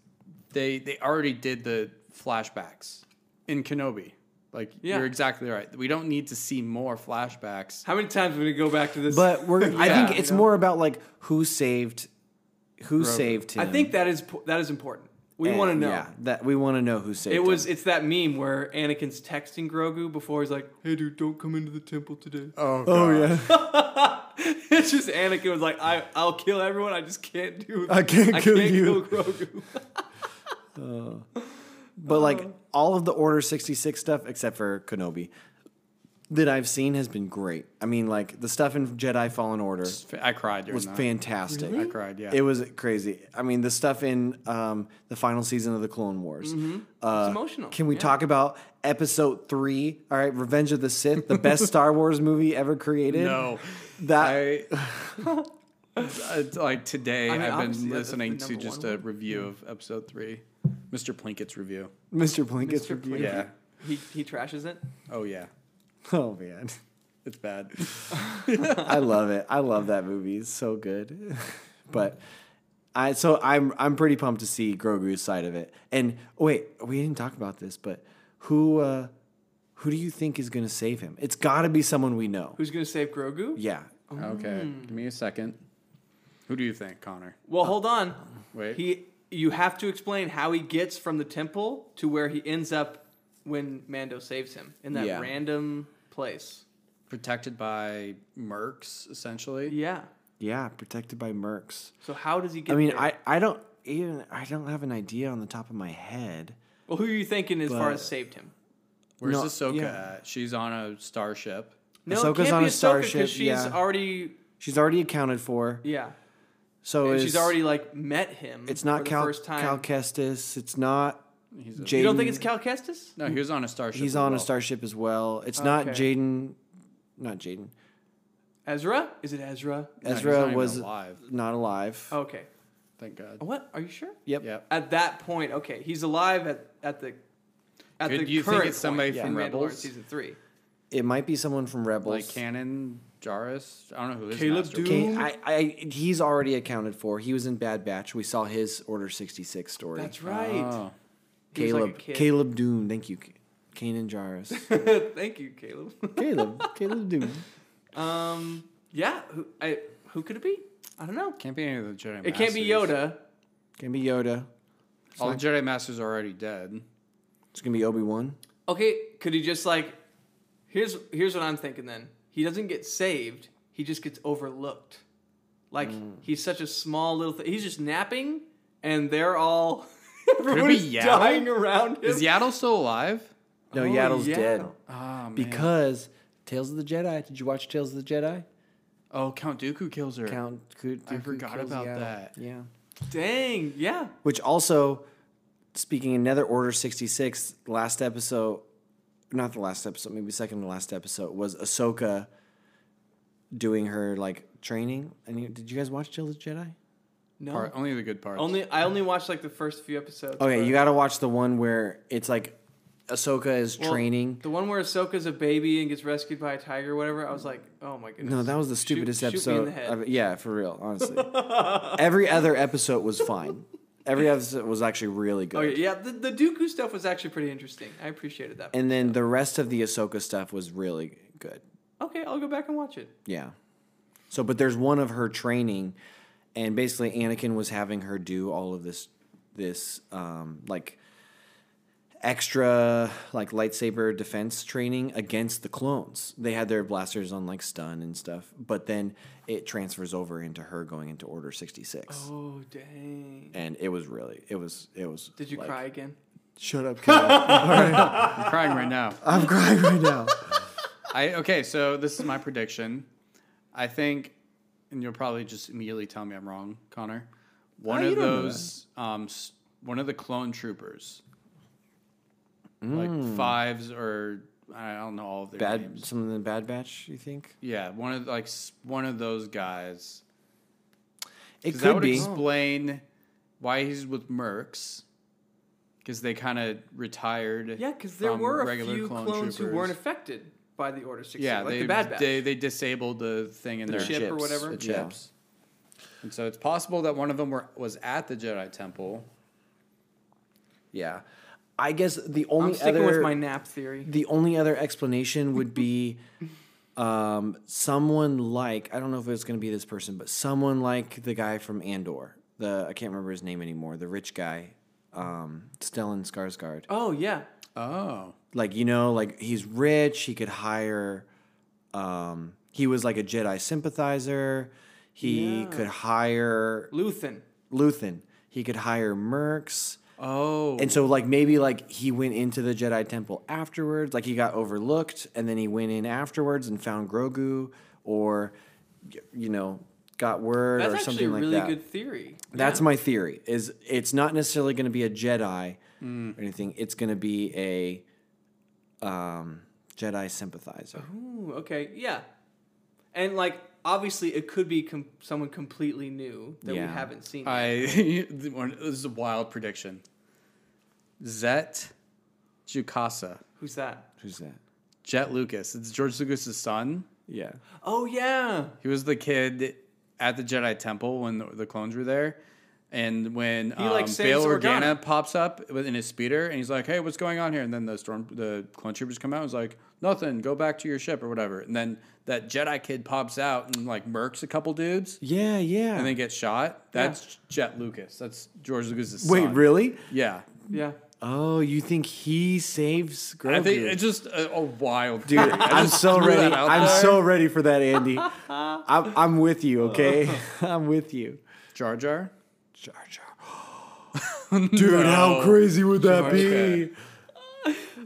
Speaker 2: they they already did the flashbacks in Kenobi. Like
Speaker 1: Yeah.
Speaker 2: you're exactly right. We don't need to see more flashbacks.
Speaker 1: How many times are we gonna go back to this?
Speaker 3: But we're. I
Speaker 2: Yeah.
Speaker 3: think it's
Speaker 1: You know?
Speaker 3: more about like who saved, who saved him.
Speaker 1: I think that is po- that is important. We
Speaker 3: And,
Speaker 1: want to know.
Speaker 3: Yeah, that we want to know who saved.
Speaker 1: It was
Speaker 3: Him.
Speaker 1: it's that meme where Anakin's texting Grogu before he's like, "Hey dude, don't come into the temple today."
Speaker 3: Uh,
Speaker 2: Oh,
Speaker 3: yeah.
Speaker 1: it's just Anakin was like, I, I'll kill everyone. I just can't do.
Speaker 3: I can't kill you."
Speaker 1: kill Grogu.
Speaker 3: But like
Speaker 1: um,
Speaker 3: all of the Order 66 stuff except for Kenobi that I've seen has been great. I mean, like the stuff in Jedi Fallen Order
Speaker 2: I cried during
Speaker 3: was
Speaker 2: that.
Speaker 3: fantastic.
Speaker 2: I cried, yeah.
Speaker 3: It was crazy. I mean, the stuff in um, the final season of the Clone Wars.
Speaker 2: Mm-hmm.
Speaker 3: Uh,
Speaker 1: emotional,
Speaker 3: Can we
Speaker 1: yeah.
Speaker 3: talk about Episode Three? All right, Revenge of the Sith, the best Star Wars movie ever created.
Speaker 2: no,
Speaker 3: that
Speaker 2: I it's like today
Speaker 1: mean,
Speaker 2: I've
Speaker 1: obviously,
Speaker 2: been
Speaker 1: that's the
Speaker 2: listening to
Speaker 1: number
Speaker 2: just
Speaker 1: one
Speaker 2: a review of episode three, Mr. Plinkett's review.
Speaker 3: Mr. Blinkett's
Speaker 1: Mr.
Speaker 3: review.
Speaker 1: Plinkett.
Speaker 2: Yeah.
Speaker 1: He he trashes it.
Speaker 2: Oh yeah,
Speaker 3: Oh man,
Speaker 2: it's bad.
Speaker 3: I love it. I love that movie. It's so good. but I so I'm I'm pretty pumped to see Grogu's side of it. And wait, we didn't talk about this, but who uh, who do you think is going to save him? It's got to be someone we know.
Speaker 1: Who's gonna save Grogu?
Speaker 3: Yeah.
Speaker 2: okay,
Speaker 1: Hmm.
Speaker 2: give me a second. Who do you think, Connor?
Speaker 1: Well, hold on.
Speaker 2: Wait.
Speaker 1: He you have to explain how he gets from the temple to where he ends up when Mando saves him in that
Speaker 3: Yeah.
Speaker 1: random place.
Speaker 2: Protected by mercs, essentially.
Speaker 1: Yeah.
Speaker 3: Yeah, protected by mercs.
Speaker 1: So how does he get?
Speaker 3: I mean,
Speaker 1: there?
Speaker 3: I, I don't even I don't have an idea on the top of my head.
Speaker 1: Well, who are you thinking as far
Speaker 3: But-
Speaker 1: as saved him?
Speaker 2: Where's
Speaker 3: No,
Speaker 2: Ahsoka
Speaker 3: yeah.
Speaker 2: at? She's on a starship.
Speaker 1: No,
Speaker 3: Ahsoka's
Speaker 1: it can't
Speaker 3: on
Speaker 1: be
Speaker 3: a
Speaker 1: Ahsoka
Speaker 3: starship,
Speaker 1: because she's
Speaker 3: yeah.
Speaker 1: already
Speaker 3: She's already accounted for.
Speaker 1: yeah.
Speaker 3: So
Speaker 1: And
Speaker 3: it's,
Speaker 1: she's already like met him.
Speaker 3: it's
Speaker 1: for
Speaker 3: not
Speaker 1: the
Speaker 3: Cal,
Speaker 1: first time.
Speaker 3: Cal Kestis. It's not
Speaker 2: He's a,
Speaker 3: Jaden.
Speaker 1: you don't think it's Cal Kestis?
Speaker 2: no, he was on a starship.
Speaker 3: He's
Speaker 2: as
Speaker 3: on a
Speaker 2: well.
Speaker 3: starship as well. It's not
Speaker 1: Okay.
Speaker 3: Jaden. Not Jaden.
Speaker 1: Ezra? Is it Ezra?
Speaker 2: No, he's
Speaker 3: Ezra
Speaker 2: not even
Speaker 3: was
Speaker 2: alive.
Speaker 3: not alive.
Speaker 1: Okay.
Speaker 2: Thank God.
Speaker 1: What? Are you sure?
Speaker 3: Yep.
Speaker 2: Yep.
Speaker 1: At that point, okay, he's alive at, at the at
Speaker 2: Could
Speaker 1: the
Speaker 2: you think
Speaker 1: current
Speaker 2: it's somebody
Speaker 1: point
Speaker 2: from
Speaker 1: in Mandalorian
Speaker 2: Rebels?
Speaker 1: season three.
Speaker 3: It might be someone from Rebels.
Speaker 2: Like Canon Jarrus. I don't know who his
Speaker 1: Caleb
Speaker 2: master was.
Speaker 1: Dune.
Speaker 3: Okay, I, I, he's already accounted for. He was in Bad Batch. We saw his Order 66 story.
Speaker 1: That's right.
Speaker 2: Oh.
Speaker 1: He was
Speaker 3: Caleb.
Speaker 1: like a kid.
Speaker 3: Caleb Doom. Thank you, Kanan Jarrus.
Speaker 1: Thank you, Caleb.
Speaker 3: Caleb. Caleb Doom.
Speaker 1: um, yeah, who, I, who could it be? I don't know.
Speaker 2: Can't be any of the Jedi.
Speaker 1: It can't be
Speaker 2: Masters.
Speaker 1: Yoda.
Speaker 3: Can be Yoda.
Speaker 2: All the Jedi Masters are already dead.
Speaker 3: It's gonna be Obi Wan.
Speaker 1: Okay, could he just like? Here's here's what I'm thinking. Then he doesn't get saved. He just gets overlooked. Like
Speaker 3: Mm.
Speaker 1: he's such a small little thing. He's just napping, and they're all
Speaker 2: it be
Speaker 1: everyone's
Speaker 2: Yaddle?
Speaker 1: dying around him.
Speaker 2: Is Yaddle still alive?
Speaker 3: No,
Speaker 1: Oh,
Speaker 3: Yaddle's
Speaker 1: yeah.
Speaker 3: dead.
Speaker 2: Ah, man.
Speaker 3: Because Tales of the Jedi. Did you watch Tales of the Jedi?
Speaker 2: oh, Count Dooku kills her.
Speaker 3: Count Kud-
Speaker 2: I
Speaker 3: Dooku
Speaker 2: forgot
Speaker 3: kills
Speaker 2: about
Speaker 3: Yaddle.
Speaker 2: that.
Speaker 3: Yeah.
Speaker 1: Dang, yeah.
Speaker 3: Which also, speaking another Order 66, last episode, not the last episode, maybe second to last episode, was Ahsoka doing her like training. And you, did you guys watch Tales of the Jedi?
Speaker 1: No.
Speaker 2: Part, only the good parts.
Speaker 1: Only I only watched like the first few episodes.
Speaker 3: Okay,
Speaker 1: but-
Speaker 3: you got to watch the one where it's like Ahsoka is
Speaker 1: Well,
Speaker 3: training.
Speaker 1: The one where Ahsoka's a baby and gets rescued by a tiger or whatever. I was like, oh my goodness.
Speaker 3: No, that was the
Speaker 1: Shoot-
Speaker 3: stupidest
Speaker 1: shoot me in
Speaker 3: episode.
Speaker 1: the head.
Speaker 3: I've- yeah, for real, honestly. Every other episode was fine. Every episode was actually really good.
Speaker 1: Okay, Oh, yeah, the, the Dooku stuff was actually pretty interesting. I appreciated that.
Speaker 3: And then the rest of the Ahsoka stuff was really good.
Speaker 1: okay, I'll go back and watch it.
Speaker 3: Yeah. So, but there's one of her training, and basically Anakin was having her do all of this, this um, like extra like lightsaber defense training against the clones. They had their blasters on like stun and stuff, but then it transfers over into her going into Order sixty six.
Speaker 1: Oh dang!
Speaker 3: and it was really it was it was
Speaker 1: Did you
Speaker 3: like-
Speaker 1: cry again?
Speaker 3: shut up Kyle.
Speaker 2: I'm crying right now.
Speaker 3: i'm crying right now
Speaker 2: I okay, so this is my prediction. I think, and you'll probably just immediately tell me I'm wrong, Connor. One
Speaker 3: you
Speaker 2: of
Speaker 3: don't know
Speaker 2: those, um, s- one of the clone troopers,
Speaker 1: Hmm.
Speaker 2: like fives or I don't know all of their
Speaker 3: bad
Speaker 2: names.
Speaker 3: something in bad batch you think
Speaker 2: Yeah, one of like s- one of those guys.
Speaker 3: it
Speaker 2: 'Cause that
Speaker 3: could
Speaker 2: would
Speaker 3: be
Speaker 2: explain why he's with Mercs. Because they kind of retired.
Speaker 1: Yeah, because there
Speaker 2: from
Speaker 1: were a
Speaker 2: regular
Speaker 1: few clones who
Speaker 2: troopers.
Speaker 1: weren't affected by the Order sixty.
Speaker 2: Yeah,
Speaker 1: like
Speaker 2: they,
Speaker 1: the Bad Batch.
Speaker 2: they they disabled the thing in
Speaker 1: The
Speaker 2: their
Speaker 1: chip or
Speaker 2: chips,
Speaker 1: whatever?
Speaker 2: The
Speaker 3: Yeah.
Speaker 2: chips. And so it's possible that one of them were, was at the Jedi Temple.
Speaker 3: yeah i guess the
Speaker 1: I'm
Speaker 3: only
Speaker 1: sticking
Speaker 3: other
Speaker 1: with my nap theory.
Speaker 3: the only other explanation would be um someone like i don't know if it's going to be this person but someone like the guy from andor the i can't remember his name anymore the rich guy um stellan skarsgård
Speaker 1: Oh yeah,
Speaker 2: Oh,
Speaker 3: like you know like he's rich he could hire um he was like a jedi sympathizer he
Speaker 1: Yeah.
Speaker 3: could hire
Speaker 1: Luthen.
Speaker 3: luthan he could hire mercs
Speaker 2: oh,
Speaker 3: and so like maybe like he went into the jedi temple afterwards like he got overlooked and then he went in afterwards and found grogu or y- you know got word
Speaker 1: That's
Speaker 3: or
Speaker 1: actually
Speaker 3: something
Speaker 1: a
Speaker 3: like
Speaker 1: really
Speaker 3: that
Speaker 1: good theory.
Speaker 3: that's my theory. Is it's not necessarily going to be a Jedi
Speaker 2: Mm.
Speaker 3: or anything. It's going to be a um, Jedi sympathizer.
Speaker 2: Oh.
Speaker 1: Ooh, okay, yeah. And like obviously it could be com- someone completely new that
Speaker 3: Yeah.
Speaker 1: we haven't seen.
Speaker 2: Uh, I this is a wild prediction. Zet Jukasa,
Speaker 1: Who's that?
Speaker 3: Who's that?
Speaker 2: Jet Lucas. It's George Lucas's son.
Speaker 3: Yeah.
Speaker 1: Oh yeah.
Speaker 2: He was the kid at the Jedi Temple when the, the clones were there. And when um,
Speaker 1: like,
Speaker 2: Bail
Speaker 1: saves
Speaker 2: Organa
Speaker 1: Organa.
Speaker 2: pops up with- in his speeder, and he's like, "Hey, what's going on here?" And then the storm, the clone troopers come out. and He's like, "Nothing. Go back to your ship or whatever." And then that Jedi kid pops out and like murks a couple dudes,
Speaker 3: Yeah, yeah.
Speaker 2: and then gets shot. That's Jet Lucas. That's George Lucas's
Speaker 3: Wait,
Speaker 2: son.
Speaker 3: really?
Speaker 2: Yeah,
Speaker 1: Yeah.
Speaker 3: Oh, you think he saves Grogu?
Speaker 2: I think it's just a, a wild
Speaker 3: Dude,
Speaker 2: theory. I
Speaker 3: I'm
Speaker 2: just
Speaker 3: so
Speaker 2: threw
Speaker 3: ready.
Speaker 2: that out
Speaker 3: I'm
Speaker 2: there.
Speaker 3: so ready for that, Andy. I'm, I'm with you, okay? I'm with you.
Speaker 2: Jar Oh. Jar.
Speaker 3: Jar Jar. Dude, how crazy would that
Speaker 2: Okay.
Speaker 3: be?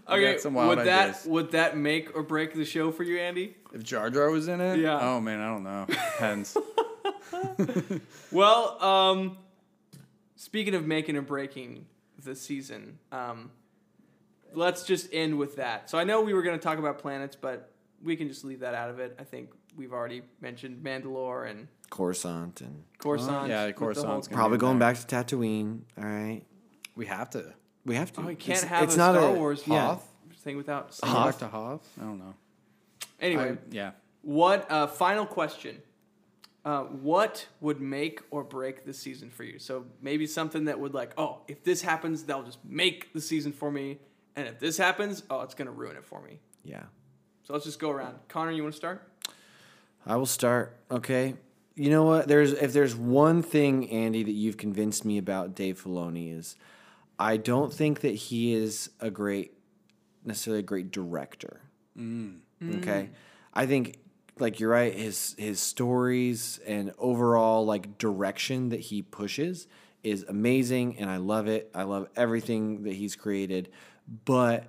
Speaker 1: Okay.
Speaker 2: got some wild
Speaker 1: Would that
Speaker 2: ideas.
Speaker 1: would that make or break the show for you, Andy?
Speaker 2: If Jar Jar was in it,
Speaker 1: Yeah.
Speaker 2: Oh man, I don't know. Depends.
Speaker 1: Well, um, speaking of making and breaking the season, um, let's just end with that. So I know we were going to talk about planets, but we can just leave that out of it. I think we've already mentioned Mandalore and
Speaker 3: Coruscant and
Speaker 1: Coruscant.
Speaker 2: yeah,
Speaker 1: with the whole-
Speaker 2: Coruscant's gonna
Speaker 3: probably
Speaker 2: be
Speaker 3: going
Speaker 2: in there.
Speaker 3: back to Tatooine. All right.
Speaker 2: We have to.
Speaker 3: We have to.
Speaker 1: Oh, you can't have a Star Wars
Speaker 3: Hoth.
Speaker 1: thing without.
Speaker 2: to Hoth? I don't know.
Speaker 1: Anyway,
Speaker 2: yeah.
Speaker 1: what? Uh, final question. Uh, what would make or break the season for you? So maybe something that would like, oh, if this happens, that'll just make the season for me, and if this happens, oh, it's gonna ruin it for me.
Speaker 3: Yeah.
Speaker 1: So let's just go around. Connor, you want to start?
Speaker 3: I will start. Okay. You know what? There's if there's one thing, Andy, that you've convinced me about Dave Filoni is I don't think that he is a great necessarily a great director. Okay. I think like you're right, his his stories and overall like direction that he pushes is amazing and I love it. I love everything that he's created. But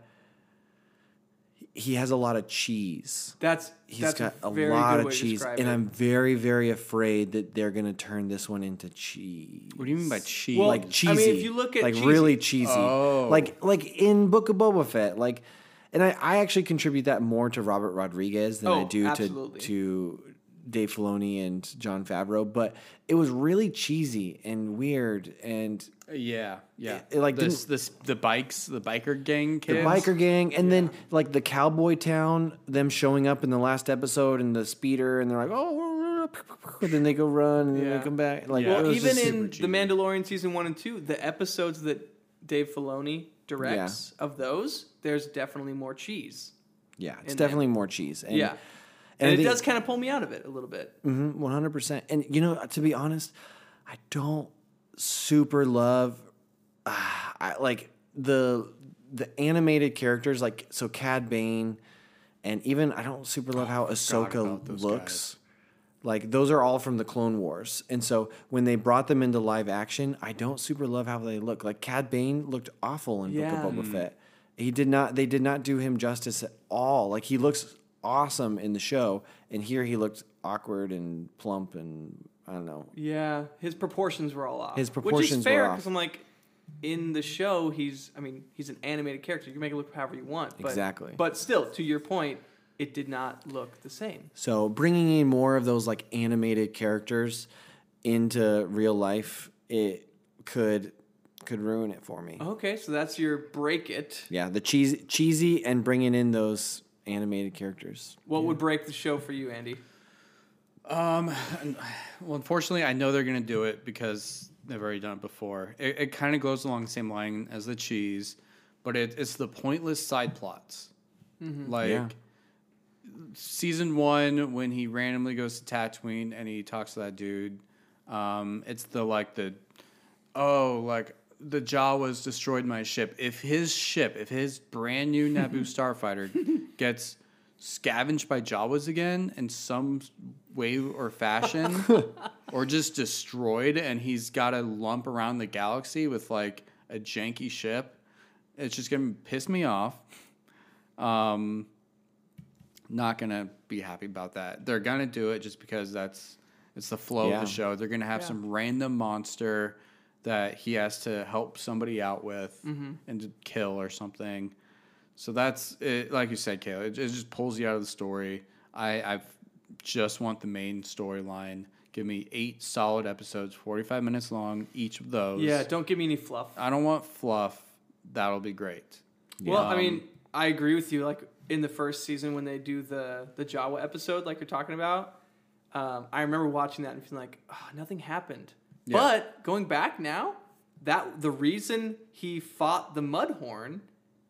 Speaker 3: he has a lot of cheese.
Speaker 1: That's
Speaker 3: He's
Speaker 1: that's
Speaker 3: got a,
Speaker 1: very
Speaker 3: lot
Speaker 1: good
Speaker 3: of
Speaker 1: way to
Speaker 3: cheese,
Speaker 1: describe
Speaker 3: and
Speaker 1: it.
Speaker 3: I'm very, very afraid that they're gonna turn this one into cheese.
Speaker 2: What do you mean by cheese?
Speaker 1: Well,
Speaker 3: like cheesy.
Speaker 1: I mean, if you look at
Speaker 3: like
Speaker 1: cheesy-
Speaker 3: really cheesy,
Speaker 2: Oh.
Speaker 3: like like in Book of Boba Fett, like, and I, I actually contribute that more to Robert Rodriguez than I
Speaker 1: Oh,
Speaker 3: do
Speaker 1: absolutely.
Speaker 3: to to Dave Filoni and John Favreau, but it was really cheesy and weird and
Speaker 2: yeah, yeah.
Speaker 3: It- it, like,
Speaker 2: this,
Speaker 3: didn't-
Speaker 2: this the bikes, the biker gang
Speaker 3: the
Speaker 2: kids.
Speaker 3: biker gang, and then like the cowboy town, them showing up in the last episode and the speeder, and they're like, oh, and then they go run and then
Speaker 1: Yeah.
Speaker 3: they come back. Like
Speaker 2: Yeah.
Speaker 3: it
Speaker 1: Well,
Speaker 3: was
Speaker 1: even
Speaker 3: just-
Speaker 1: in
Speaker 2: super
Speaker 1: The
Speaker 2: cheesy.
Speaker 1: Mandalorian season one and two, the episodes that Dave Filoni directs of those, there's definitely more cheese.
Speaker 3: yeah, it's
Speaker 1: in-
Speaker 3: definitely more cheese. And,
Speaker 1: yeah.
Speaker 3: and, mm-hmm,
Speaker 1: And, it does kind of pull me out of it a little bit.
Speaker 3: one hundred percent. And you know, to be honest, I don't super love ah, I, like the the animated characters, like so Cad Bane, and even I don't super
Speaker 1: Oh,
Speaker 3: love how
Speaker 2: about
Speaker 3: Ahsoka
Speaker 2: those
Speaker 3: looks. Like those are all from the Clone Wars, and so when they brought them into live action, I don't super love how they look. Like Cad Bane looked awful in
Speaker 1: Yeah.
Speaker 3: Book of Boba Fett. He did not. They did not do him justice at all. Like he looks awesome in the show, and here he looked awkward and plump, and I don't know.
Speaker 1: Yeah, his proportions were all off.
Speaker 3: His
Speaker 1: which
Speaker 3: proportions
Speaker 1: is fair
Speaker 3: were off.
Speaker 1: I'm like, in the show, he's I mean, he's an animated character. You can make it look however you want. But,
Speaker 3: Exactly.
Speaker 1: But still, to your point, it did not look the same.
Speaker 3: So bringing in more of those like animated characters into real life, it could could ruin it for me.
Speaker 1: Okay, so that's your break it.
Speaker 3: Yeah, the cheese cheesy and bringing in those animated characters.
Speaker 1: What would break the show for you, Andy?
Speaker 2: Um, well, unfortunately, I know they're gonna do it because they've already done it before. It, it kind of goes along the same line as the cheese, but it, it's the pointless side plots, like.
Speaker 3: Mm-hmm. Yeah.
Speaker 2: Season one, when he randomly goes to Tatooine and he talks to that dude, um, it's the like the, oh like the Jawas destroyed my ship. If his ship, if his brand new Naboo starfighter gets scavenged by Jawas again in some way or fashion, or just destroyed, and he's got to lump around the galaxy with like a janky ship, it's just gonna piss me off. Um, not gonna be happy about that. They're gonna do it just because that's it's the flow of
Speaker 3: Yeah.
Speaker 2: the show. They're gonna have some random monster that he has to help somebody out with
Speaker 1: Mm-hmm.
Speaker 2: and to kill or something. So that's it. Like you said, Kayla, it, it just pulls you out of the story. I I've just want the main storyline. Give me eight solid episodes, forty five minutes long each of those.
Speaker 1: Yeah, don't give me any fluff.
Speaker 2: I don't want fluff. That'll be great.
Speaker 1: Well, I mean, I agree with you. Like in the first season when they do the the Jawa episode, like you're talking about, um, I remember watching that and feeling like oh, nothing happened. But going back now, that the reason he fought the Mudhorn,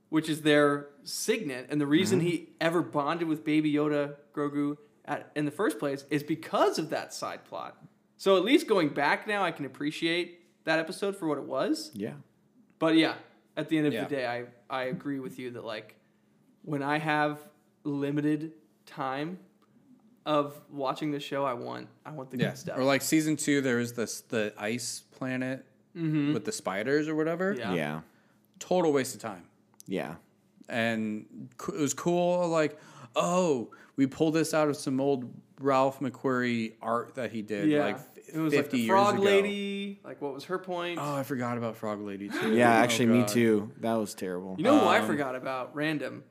Speaker 1: which is their signet, and the reason he ever bonded with Baby Yoda, Grogu, at, in the first place is because of that side plot. So at least going back now, I can appreciate that episode for what it was.
Speaker 3: Yeah.
Speaker 1: But yeah, at the end of
Speaker 2: Yeah.
Speaker 1: the day, I, I agree with you that like when I have limited time of watching the show, I want I want the
Speaker 2: Yeah.
Speaker 1: good stuff.
Speaker 2: Or like season two, there was this the ice planet with the spiders or whatever.
Speaker 1: Mm-hmm. Yeah.
Speaker 3: Yeah. Yeah.
Speaker 2: Total waste of time. and co- it was cool. Like, oh, we pulled this out of some old Ralph McQuarrie art that he did.
Speaker 1: yeah,
Speaker 2: like f-
Speaker 1: it was like
Speaker 2: fifty
Speaker 1: the
Speaker 2: years
Speaker 1: frog
Speaker 2: ago.
Speaker 1: lady. Like what was her point?
Speaker 2: Oh, I forgot about Frog Lady too.
Speaker 3: Yeah,
Speaker 2: Oh,
Speaker 3: actually me
Speaker 2: God.
Speaker 3: too. That was terrible.
Speaker 1: you know who I forgot about? Random,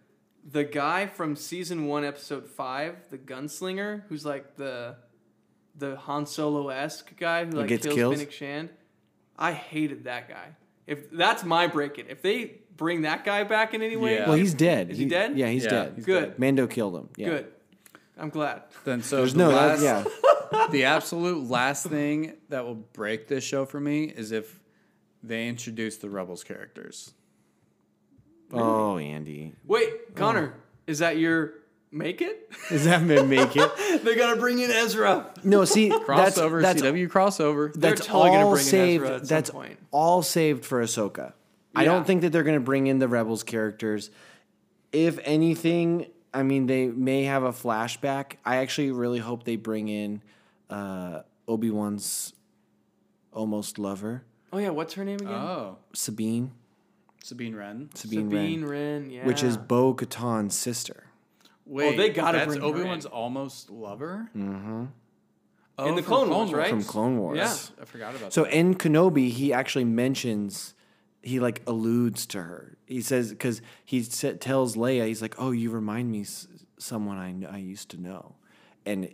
Speaker 1: the guy from season one, episode five, the gunslinger, who's like the the Han Solo esque guy who like
Speaker 3: gets
Speaker 1: kills
Speaker 3: kills?
Speaker 1: Finnick Shand. I hated that guy. If that's my break it. If they bring that guy back in any way,
Speaker 2: Yeah.
Speaker 3: well, he's dead.
Speaker 1: Is he dead?
Speaker 3: Yeah, he's
Speaker 2: Yeah,
Speaker 3: dead.
Speaker 2: he's
Speaker 1: Good. dead.
Speaker 3: Mando killed him. Yeah.
Speaker 1: Good. I'm glad.
Speaker 2: Then so
Speaker 3: There's
Speaker 2: the
Speaker 3: no.
Speaker 2: last,
Speaker 3: That, yeah.
Speaker 2: the absolute last thing that will break this show for me is if they introduce the Rebels characters.
Speaker 3: Oh, Andy.
Speaker 1: Wait, Connor, is that your make it?
Speaker 3: Is that gonna make it?
Speaker 1: they gotta bring in Ezra.
Speaker 3: No, see, that's
Speaker 2: Crossover,
Speaker 3: that's,
Speaker 2: CW crossover.
Speaker 1: They're
Speaker 3: that's
Speaker 1: totally gonna
Speaker 3: all
Speaker 1: bring in
Speaker 3: saved.
Speaker 1: Ezra at some
Speaker 3: that's
Speaker 1: point.
Speaker 3: all saved for Ahsoka. I
Speaker 1: Yeah.
Speaker 3: don't think that they're going to bring in the Rebels characters. If anything, I mean, they may have a flashback. I actually really hope they bring in uh, Obi Wan's almost lover,
Speaker 1: Oh yeah, what's her name again?
Speaker 2: Oh,
Speaker 3: Sabine.
Speaker 2: Sabine Wren.
Speaker 3: Sabine,
Speaker 1: Sabine
Speaker 3: Wren,
Speaker 1: Wren. Yeah.
Speaker 3: which is Bo Katan's sister.
Speaker 2: Wait,
Speaker 1: Oh, they gotta
Speaker 2: that's
Speaker 1: bring her in.
Speaker 2: Obi Wan's almost lover. Mm-hmm. Oh,
Speaker 1: In the
Speaker 2: from
Speaker 1: Clone Wars, right?
Speaker 3: from Clone Wars.
Speaker 1: Yeah.
Speaker 2: I forgot about
Speaker 3: So in Kenobi, he actually mentions, he like alludes to her. He says because he sa- tells Leia, he's like, "Oh, you remind me s- someone I kn- I used to know," and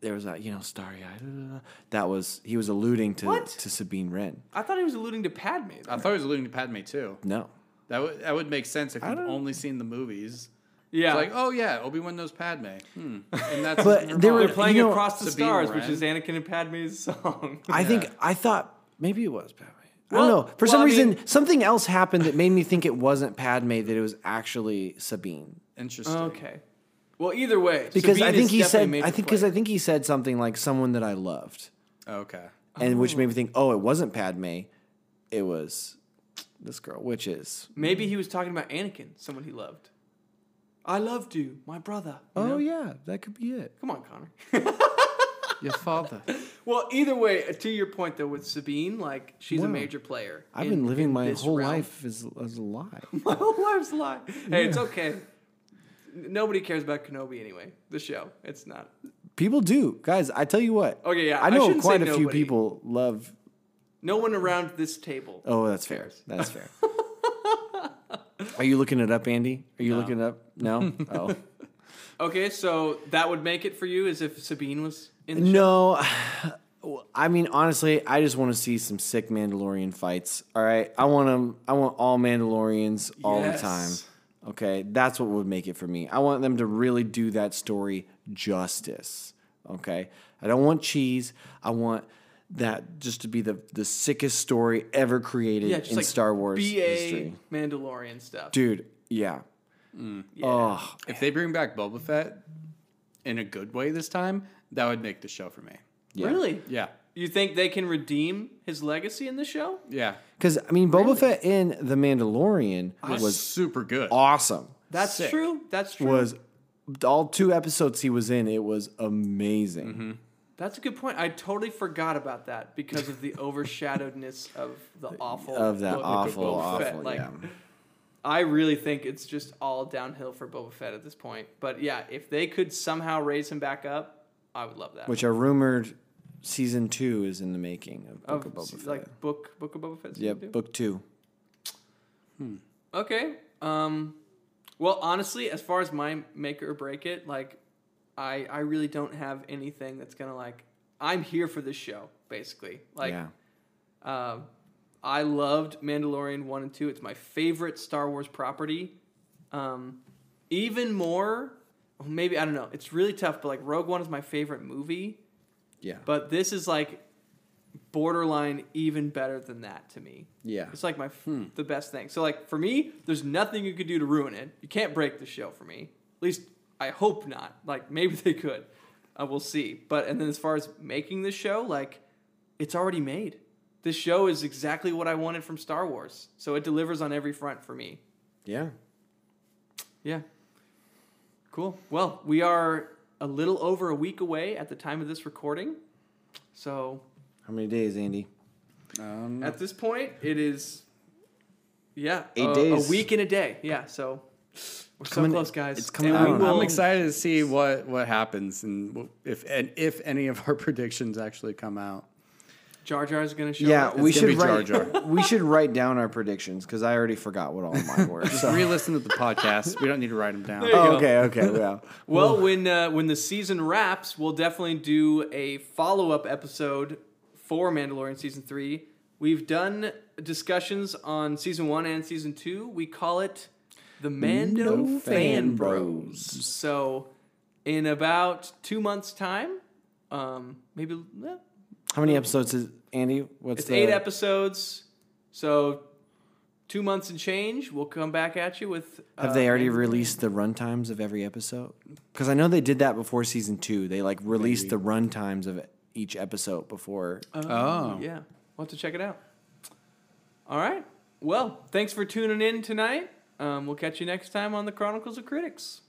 Speaker 3: there was that you know starry eyed. uh, That was he was alluding to
Speaker 1: What?
Speaker 3: to Sabine Wren.
Speaker 1: I thought he was alluding to Padme.
Speaker 2: that. I thought he was alluding to Padme too.
Speaker 3: No,
Speaker 2: That would that would make sense if you've
Speaker 3: don't-
Speaker 2: only seen the movies.
Speaker 1: yeah,
Speaker 2: It's like, oh yeah, Obi Wan knows Padme, hmm. and that's Oh,
Speaker 3: But
Speaker 2: her
Speaker 3: they were-
Speaker 2: mom.
Speaker 1: they're playing
Speaker 3: you know,
Speaker 1: across the
Speaker 2: Sabine
Speaker 1: stars,
Speaker 2: Wren.
Speaker 1: which is Anakin and Padme's song.
Speaker 3: I think I thought maybe it was Padme. I
Speaker 1: Well-
Speaker 3: don't know. For
Speaker 1: well,
Speaker 3: some
Speaker 1: I
Speaker 3: reason,
Speaker 1: mean-
Speaker 3: something else happened that made me think it wasn't Padme. That it was actually Sabine.
Speaker 2: interesting.
Speaker 1: okay. Well, either way,
Speaker 3: Because
Speaker 1: Sabine
Speaker 3: I think
Speaker 1: is
Speaker 3: he
Speaker 1: definitely
Speaker 3: said,
Speaker 1: a major
Speaker 3: I think because
Speaker 1: player.
Speaker 3: I think he said something like someone that I loved.
Speaker 2: Oh, okay.
Speaker 3: and which made me think, oh, it wasn't Padme, it was this girl, which is
Speaker 1: maybe he was talking about Anakin, someone he loved. I loved you, my brother.
Speaker 3: oh yeah, that could be it.
Speaker 1: Come on, Connor.
Speaker 2: Your father.
Speaker 1: Well, either way, uh, to your point though, with Sabine, like she's a
Speaker 3: Wow.
Speaker 1: major player.
Speaker 3: I've
Speaker 1: in-
Speaker 3: been living
Speaker 1: in
Speaker 3: my
Speaker 1: this
Speaker 3: whole
Speaker 1: realm.
Speaker 3: life as, as a lie.
Speaker 1: My whole life's a lie. Hey, it's okay. N- Nobody cares about Kenobi anyway. The show, it's not.
Speaker 3: people do, guys. I tell you what.
Speaker 1: Okay, yeah,
Speaker 3: I
Speaker 1: I
Speaker 3: know
Speaker 1: shouldn't
Speaker 3: quite
Speaker 1: say
Speaker 3: a few
Speaker 1: nobody.
Speaker 3: people love.
Speaker 1: No one around this table.
Speaker 3: Oh, that's fair. That's fair. Are you looking it up, Andy? Are you looking it up? No. Oh
Speaker 1: Okay, so that would make it for you, as if Sabine was in. The
Speaker 3: no. I mean, honestly, I just want to see some sick Mandalorian fights. All right, I want them. I want all Mandalorians all
Speaker 2: Yes.
Speaker 3: the time. Okay, that's what would make it for me. I want them to really do that story justice. Okay, I don't want cheese. I want that just to be the the sickest story ever created
Speaker 1: yeah, just
Speaker 3: in
Speaker 1: like
Speaker 3: Star Wars
Speaker 1: BA
Speaker 3: history,
Speaker 1: Mandalorian stuff.
Speaker 3: dude. Yeah.
Speaker 1: Mm, Yeah.
Speaker 3: Oh,
Speaker 2: If they bring back Boba Fett in a good way this time, that would make the show for me.
Speaker 3: yeah.
Speaker 1: Really?
Speaker 2: Yeah,
Speaker 1: You think they can redeem his legacy in the show?
Speaker 2: yeah.
Speaker 3: Because I mean, Boba Fett in The Mandalorian
Speaker 2: It was
Speaker 3: was
Speaker 2: super good.
Speaker 3: awesome.
Speaker 1: That's
Speaker 2: Sick.
Speaker 1: true. That's true.
Speaker 3: was all two episodes he was in. It was amazing.
Speaker 2: Mm-hmm.
Speaker 1: That's a good point. I totally forgot about that because of the overshadowedness of the awful
Speaker 3: Of that
Speaker 1: book
Speaker 3: awful,
Speaker 1: Boba Fett.
Speaker 3: awful, yeah.
Speaker 1: uh, I really think it's just all downhill for Boba Fett at this point. But yeah, if they could somehow raise him back up, I would love that.
Speaker 3: Which are rumored season two is in the making of
Speaker 1: of
Speaker 3: Book of, Boba Fett.
Speaker 1: like book book of Boba Fett.
Speaker 3: yep,
Speaker 1: season two?
Speaker 3: book two.
Speaker 1: Okay. Um, well, honestly, as far as my make or break it, like, I I really don't have anything that's gonna like. I'm here for this show, basically. Like,
Speaker 3: yeah,
Speaker 1: um, I loved Mandalorian one and two. It's my favorite Star Wars property. Um, even more, maybe I don't know. It's really tough, but like Rogue One is my favorite movie.
Speaker 3: yeah,
Speaker 1: But this is like borderline even better than that to me.
Speaker 3: yeah.
Speaker 1: It's like my f the best thing. So like for me, there's nothing you could do to ruin it. You can't break the show for me. At least I hope not. Like maybe they could. Uh, we'll see. But and then as far as making this show, like it's already made. This show is exactly what I wanted from Star Wars. So it delivers on every front for me.
Speaker 3: yeah.
Speaker 1: Yeah. Cool. Well, we are a little over a week away at the time of this recording. So
Speaker 3: How many days, Andy?
Speaker 2: Um,
Speaker 1: At this point, it is, yeah,
Speaker 3: Mm. Eight
Speaker 1: a,
Speaker 3: days.
Speaker 1: a week and a day. Yeah, so we're so
Speaker 3: coming-
Speaker 1: close, guys.
Speaker 3: it's coming
Speaker 1: And
Speaker 3: out
Speaker 1: we
Speaker 3: on-
Speaker 2: I'm,
Speaker 1: will-
Speaker 2: I'm excited to see what what happens and wh- if and if any of our predictions actually come out.
Speaker 1: Jar Jar is gonna show.
Speaker 3: yeah,
Speaker 1: up.
Speaker 3: we
Speaker 2: It's gonna
Speaker 3: should
Speaker 2: be Jar
Speaker 3: write.
Speaker 2: Jar.
Speaker 3: we should write down our predictions because I already forgot what all mine were.
Speaker 2: Just
Speaker 3: so-
Speaker 2: re-listen to the podcast. We don't need to write them down.
Speaker 1: you
Speaker 3: Oh,
Speaker 1: go.
Speaker 3: okay, okay, well,
Speaker 1: Well, when uh, when the season wraps, we'll definitely do a follow up episode for Mandalorian season three. We've done discussions on season one and season two. We call it the Mando
Speaker 3: No
Speaker 1: Fan
Speaker 3: Fan
Speaker 1: Bros. So, in about two months' time, um, maybe eh,
Speaker 3: how many episodes is Andy? What's
Speaker 1: It's
Speaker 3: the
Speaker 1: eight episodes, so two months and change. We'll come back at you with.
Speaker 3: Have
Speaker 1: uh,
Speaker 3: they already
Speaker 1: Mandalorian.
Speaker 3: released the run times of every episode? Because I know they did that before season two. They like released the run times of each episode before.
Speaker 2: Oh.
Speaker 1: Yeah, we'll have to check it out. All right. Well, thanks for tuning in tonight. Um, we'll catch you next time on the Chronicles of Critics.